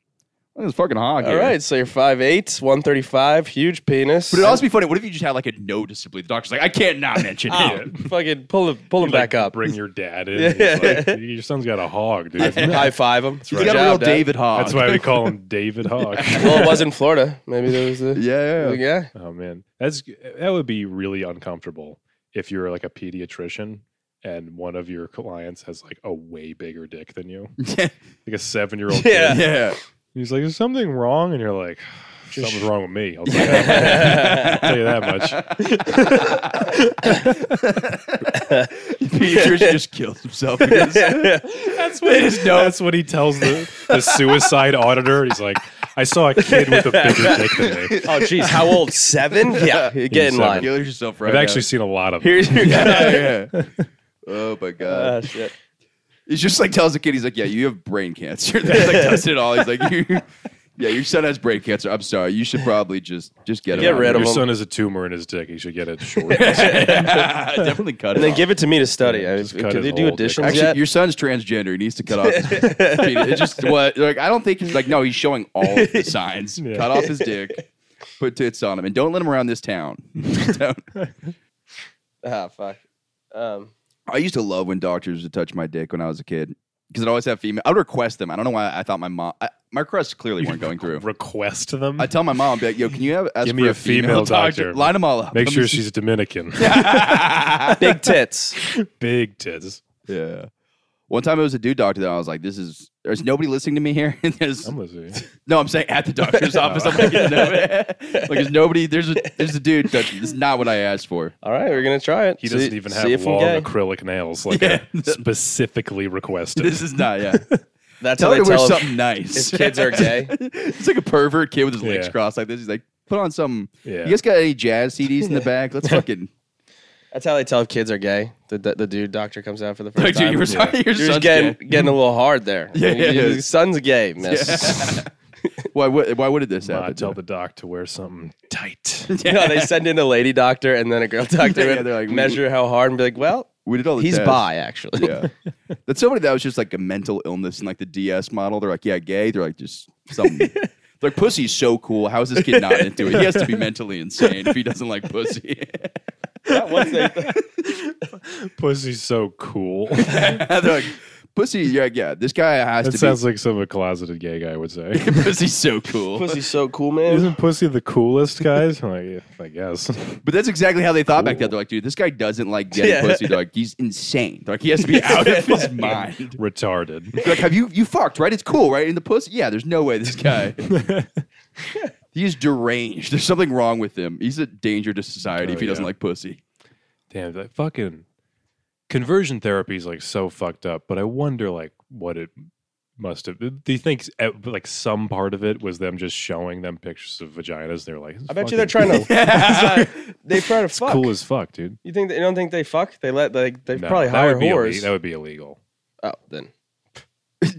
Speaker 5: "This is fucking hog."
Speaker 3: All
Speaker 5: here."
Speaker 3: right, so you're 5'8", 135, huge penis.
Speaker 5: But it'd also be funny. What if you just had like a noticeably? The doctor's like, "I can't not mention
Speaker 3: Ow.
Speaker 5: it."
Speaker 3: Ah, fucking pull him, pull him
Speaker 2: like,
Speaker 3: back up.
Speaker 2: Bring your dad in.
Speaker 3: Yeah.
Speaker 2: He's like, your son's got a hog, dude.
Speaker 3: High five him.
Speaker 5: He's got a real David Hogg.
Speaker 2: That's why we call him David Hog.
Speaker 3: Well, it was in Florida. Maybe there was a
Speaker 5: Yeah, yeah, yeah.
Speaker 3: yeah.
Speaker 2: oh man, that's that would be really uncomfortable if you're like a pediatrician and one of your clients has like a way bigger dick than you, like a seven year old.
Speaker 3: Yeah.
Speaker 2: kid.
Speaker 5: yeah.
Speaker 2: He's like, "Is something wrong?" And you're like, "Something's wrong with me." I'll tell you
Speaker 3: Yeah.
Speaker 2: that, I'll tell you that much.
Speaker 5: Peter just killed himself. Because
Speaker 2: That's what, that's what he tells the, the suicide auditor. He's like, "I saw a kid with a bigger dick than me."
Speaker 3: Oh, geez, how old? Seven? Yeah, get in
Speaker 2: Seven.
Speaker 3: line.
Speaker 5: kill yourself right
Speaker 2: I've
Speaker 5: now.
Speaker 2: actually seen a lot of. them.
Speaker 3: Here's your
Speaker 5: yeah, yeah. Oh my god!
Speaker 3: Ah, shit.
Speaker 5: It's just like tells the kid, he's like, "Yeah, you have brain cancer." He's like tested it all. He's like, you, "Yeah, your son has brain cancer. I'm sorry. You should probably just just get him.
Speaker 3: Get
Speaker 5: out
Speaker 3: rid of
Speaker 2: Your
Speaker 3: him.
Speaker 2: son has a tumor in his dick. He should get it short.
Speaker 5: Definitely cut it.
Speaker 3: And then
Speaker 5: off.
Speaker 3: give it to me to study. I,
Speaker 2: just cut
Speaker 3: could
Speaker 2: his
Speaker 3: they do
Speaker 2: whole dick
Speaker 3: additions
Speaker 5: Actually,
Speaker 3: yet?
Speaker 5: your son's transgender. He needs to cut off. His penis. It's just what like I don't think he's like no. He's showing all of the signs.
Speaker 2: Yeah.
Speaker 5: Cut off his dick. Put tits on him, and don't let him around this town. Don't-
Speaker 3: Ah, fuck. Um,
Speaker 5: I used to love when doctors would touch my dick when I was a kid because I'd always have female. I would request them. I don't know why I thought my mom. I, my requests clearly weren't going through.
Speaker 2: Request them.
Speaker 5: I tell my mom, be like, "Yo, can you have ask
Speaker 2: Give me
Speaker 5: for
Speaker 2: a female doctor.
Speaker 5: Line them all up.
Speaker 2: Make
Speaker 5: Let me
Speaker 2: sure
Speaker 5: see-
Speaker 2: she's Dominican.
Speaker 3: big tits.
Speaker 2: Big tits.
Speaker 5: Yeah. One time it was a dude doctor that I was like, "This is." There's nobody listening to me here. And there's-
Speaker 2: I'm listening.
Speaker 5: no, I'm saying at the doctor's office. I'm like, no. like, there's nobody. There's a there's a dude touching. This is not what I asked for.
Speaker 3: All right, we're gonna try it.
Speaker 2: He
Speaker 3: See-
Speaker 2: doesn't even
Speaker 3: see
Speaker 2: have
Speaker 3: if I'm
Speaker 2: long
Speaker 3: gay.
Speaker 2: acrylic nails like I specifically requested.
Speaker 5: This is not. Yeah.
Speaker 3: That's
Speaker 5: tell
Speaker 3: how they
Speaker 5: her to wear
Speaker 3: tell if-
Speaker 5: something nice.
Speaker 3: if kids are gay.
Speaker 5: it's like a pervert kid with his legs
Speaker 2: Yeah.
Speaker 5: crossed like this. He's like, put on some.
Speaker 2: Yeah.
Speaker 5: You guys got any jazz CDs in the back? Let's fucking.
Speaker 3: That's how they tell if kids are gay. The, the, the dude doctor comes out for the first
Speaker 5: Like,
Speaker 3: time.
Speaker 5: dude, you were sorry. Your
Speaker 3: You're just
Speaker 5: son's
Speaker 3: getting,
Speaker 5: gay.
Speaker 3: getting a little hard there.
Speaker 5: Yeah, yeah,
Speaker 3: Your
Speaker 5: yeah.
Speaker 3: son's gay, miss.
Speaker 5: Why? would- Why would this
Speaker 2: I
Speaker 5: happen?
Speaker 2: tell the doc to wear something tight.
Speaker 3: no, they send in a lady doctor and then a girl doctor
Speaker 5: Yeah, yeah,
Speaker 3: and
Speaker 5: they're like, we-
Speaker 3: measure how hard and be like, well,
Speaker 5: we did all the
Speaker 3: he's
Speaker 5: tests.
Speaker 3: bi, actually.
Speaker 5: Yeah. That's somebody that was just like a mental illness in like the DS model. They're like, yeah, gay. They're like, just something. They're like, pussy's so cool. How is this kid not into it? He has to be mentally insane if he doesn't like pussy.
Speaker 3: Once they-
Speaker 2: Pussy's so cool.
Speaker 5: They're like, pussy, yeah, yeah. This guy has
Speaker 2: that
Speaker 5: to
Speaker 2: sounds like some a closeted gay guy would say.
Speaker 5: be. Pussy's so cool.
Speaker 3: Pussy's so cool, man.
Speaker 2: Isn't pussy the coolest, guys? I'm like, yeah, I guess.
Speaker 5: But that's exactly how they thought back then. They're like, dude, this guy doesn't like getting
Speaker 3: Yeah.
Speaker 5: pussy. They're like, he's insane. They're like, he has to be out of his mind.
Speaker 2: Retarded.
Speaker 5: They're like, have you you fucked, right? It's cool, right? In the pussy? Yeah, there's no way this guy. he's deranged. There's something wrong with him. He's a danger to society
Speaker 2: Oh,
Speaker 5: if he doesn't
Speaker 2: yeah.
Speaker 5: like pussy.
Speaker 2: Damn, that fucking conversion therapy is like so fucked up. But I wonder, like, what it must have. Do you think uh, like some part of it was them just showing them pictures of vaginas? They're like,
Speaker 3: I bet you they're trying to. they try to fuck.
Speaker 2: cool as fuck, dude.
Speaker 3: You think they, you don't think they fuck? They let like they
Speaker 2: No,
Speaker 3: probably
Speaker 2: that
Speaker 3: hire
Speaker 2: would be
Speaker 3: whores.
Speaker 2: ille- That would be illegal.
Speaker 3: Oh, then
Speaker 2: That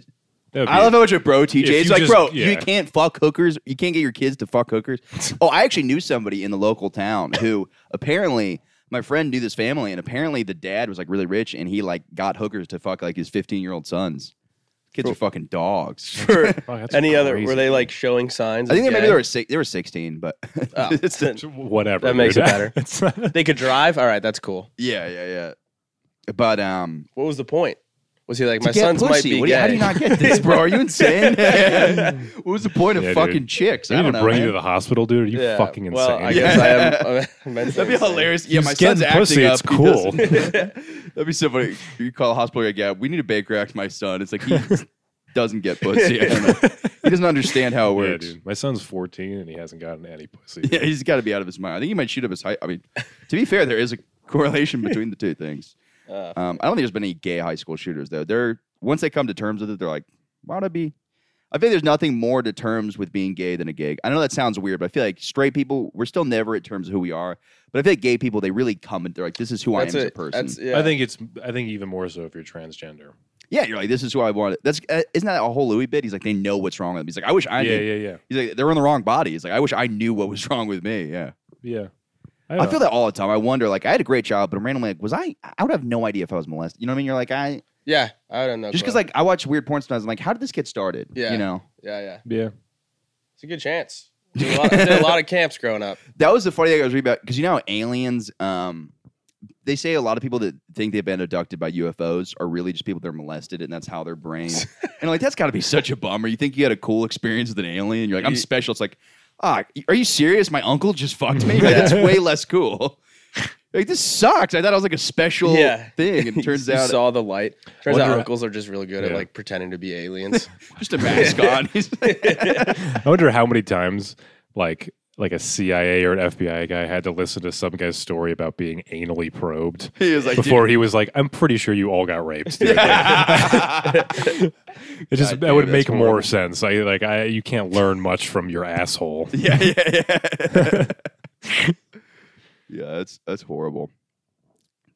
Speaker 2: would be,
Speaker 5: I love how much a bro TJ.
Speaker 2: If
Speaker 5: It's
Speaker 2: you
Speaker 5: like,
Speaker 2: just-
Speaker 5: bro,
Speaker 2: yeah.
Speaker 5: you can't fuck hookers. You can't get your kids to fuck hookers. oh, I actually knew somebody in the local town who apparently my friend knew this family, and apparently the dad was like really rich, and he like got hookers to fuck like his 15 year old sons. Kids are fucking dogs.
Speaker 3: for
Speaker 2: Oh, that's
Speaker 3: any other were
Speaker 2: crazy.
Speaker 3: they like showing signs?
Speaker 5: I think
Speaker 3: of
Speaker 5: they, maybe
Speaker 3: gay?
Speaker 5: they were six, they were 16, but
Speaker 3: Oh,
Speaker 5: it's
Speaker 3: then
Speaker 2: whatever.
Speaker 3: That makes
Speaker 2: dude.
Speaker 3: it better.
Speaker 2: It's not-
Speaker 3: they could drive. All right, that's cool.
Speaker 5: Yeah, yeah, yeah. But um,
Speaker 3: What was the point? Was he like, my
Speaker 5: to get
Speaker 3: sons
Speaker 5: pussy.
Speaker 3: might be
Speaker 5: What do
Speaker 3: gay?
Speaker 5: you- how do you not get this, bro? Are you insane? what was the point of
Speaker 2: Yeah, dude.
Speaker 5: fucking chicks?
Speaker 2: They
Speaker 5: I
Speaker 2: need
Speaker 5: don't
Speaker 2: to
Speaker 5: know.
Speaker 2: bring
Speaker 5: man.
Speaker 2: you to the hospital, dude. Are you
Speaker 3: Yeah,
Speaker 2: fucking insane?
Speaker 3: Well, I guess I am. I'm mentally
Speaker 5: That'd be
Speaker 3: insane.
Speaker 5: hilarious. Yeah,
Speaker 2: He's
Speaker 5: my son's
Speaker 2: getting
Speaker 5: acting
Speaker 2: pussy,
Speaker 5: up.
Speaker 2: it's
Speaker 5: He
Speaker 2: cool.
Speaker 5: doesn't- That'd be so funny. You call the hospital, you're like, yeah, we need to Baker Act my son. It's like he doesn't get pussy. I don't know. He doesn't understand how it
Speaker 2: Yeah,
Speaker 5: works. Yeah,
Speaker 2: dude. My son's 14 and he hasn't gotten any pussy.
Speaker 5: he's got to be out of his mind. I think he might shoot up his high. I mean, to be fair, there is a correlation between the two things.
Speaker 3: Uh,
Speaker 5: Um, I don't think there's been any gay high school shooters though. They're once they come to terms with it, they're like, why would I be? I think there's nothing more to terms with being gay than a gay. I know that sounds weird, but I feel like straight people, we're still never at terms of who we are. But I feel like gay people, they really come and they're like, this is who
Speaker 3: that's
Speaker 5: I am as a
Speaker 3: it.
Speaker 5: person.
Speaker 3: That's, yeah.
Speaker 2: I think it's I think even more so if you're transgender.
Speaker 5: Yeah, you're like, this is who I wanted. That's uh, isn't that a whole Louis bit? He's like, they know what's wrong with him. He's like, I wish I
Speaker 2: yeah,
Speaker 5: knew.
Speaker 2: yeah, yeah,
Speaker 5: He's like, they're in the wrong body. He's like, I wish I knew what was wrong with me. Yeah,
Speaker 2: yeah.
Speaker 5: I feel that all the time. I wonder, like, I had a great job, but I'm randomly like, was I? I would have no idea if I was molested. You know what I mean? You're like, I
Speaker 3: yeah. I don't know.
Speaker 5: just because
Speaker 3: Chloe.
Speaker 5: like I watch weird porn sometimes. I'm like, how did this get started?
Speaker 3: Yeah.
Speaker 5: you know.
Speaker 3: Yeah, yeah.
Speaker 2: yeah.
Speaker 3: It's a good chance. I did a lot, I did a lot of camps growing up.
Speaker 5: That was the funny thing I was reading about because you know how aliens. Um, they say a lot of people that think they've been abducted by UFOs are really just people that are molested, and that's how their brain. and like that's got to be such a bummer. You think you had a cool experience with an alien? You're like, I'm
Speaker 3: You-
Speaker 5: special. It's like, ah, are you serious? My uncle just fucked me. Like, that's way less cool. Like this sucks. I thought I was like a special
Speaker 3: Yeah.
Speaker 5: thing, and it turns
Speaker 3: You
Speaker 5: out
Speaker 3: saw the light. Turns out
Speaker 2: Wonder-
Speaker 3: uncles are just really good at
Speaker 2: Yeah.
Speaker 3: like pretending to be aliens.
Speaker 5: just a mask on. He's
Speaker 2: I wonder how many times like like a CIA or an FBI guy had to listen to some guy's story about being anally probed
Speaker 5: he was like, dude,
Speaker 2: before he was like, "I'm pretty sure you all got raped." dude." it just
Speaker 5: God
Speaker 2: that
Speaker 5: damn,
Speaker 2: would
Speaker 5: that's
Speaker 2: make more
Speaker 5: horrible.
Speaker 2: sense. I like I you can't learn much from your asshole.
Speaker 5: yeah, yeah, yeah. yeah, that's that's horrible.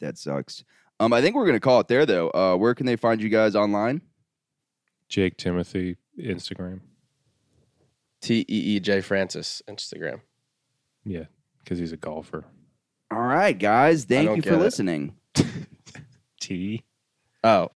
Speaker 5: That sucks. Um, I think we're gonna call it there though. Uh, where can they find you guys online?
Speaker 2: Jake Timothy Instagram.
Speaker 3: T E E J Francis Instagram.
Speaker 2: Yeah, because he's a golfer.
Speaker 5: All right, guys. Thank
Speaker 3: don't
Speaker 5: you for
Speaker 3: get it.
Speaker 5: listening.
Speaker 2: T.
Speaker 3: Oh,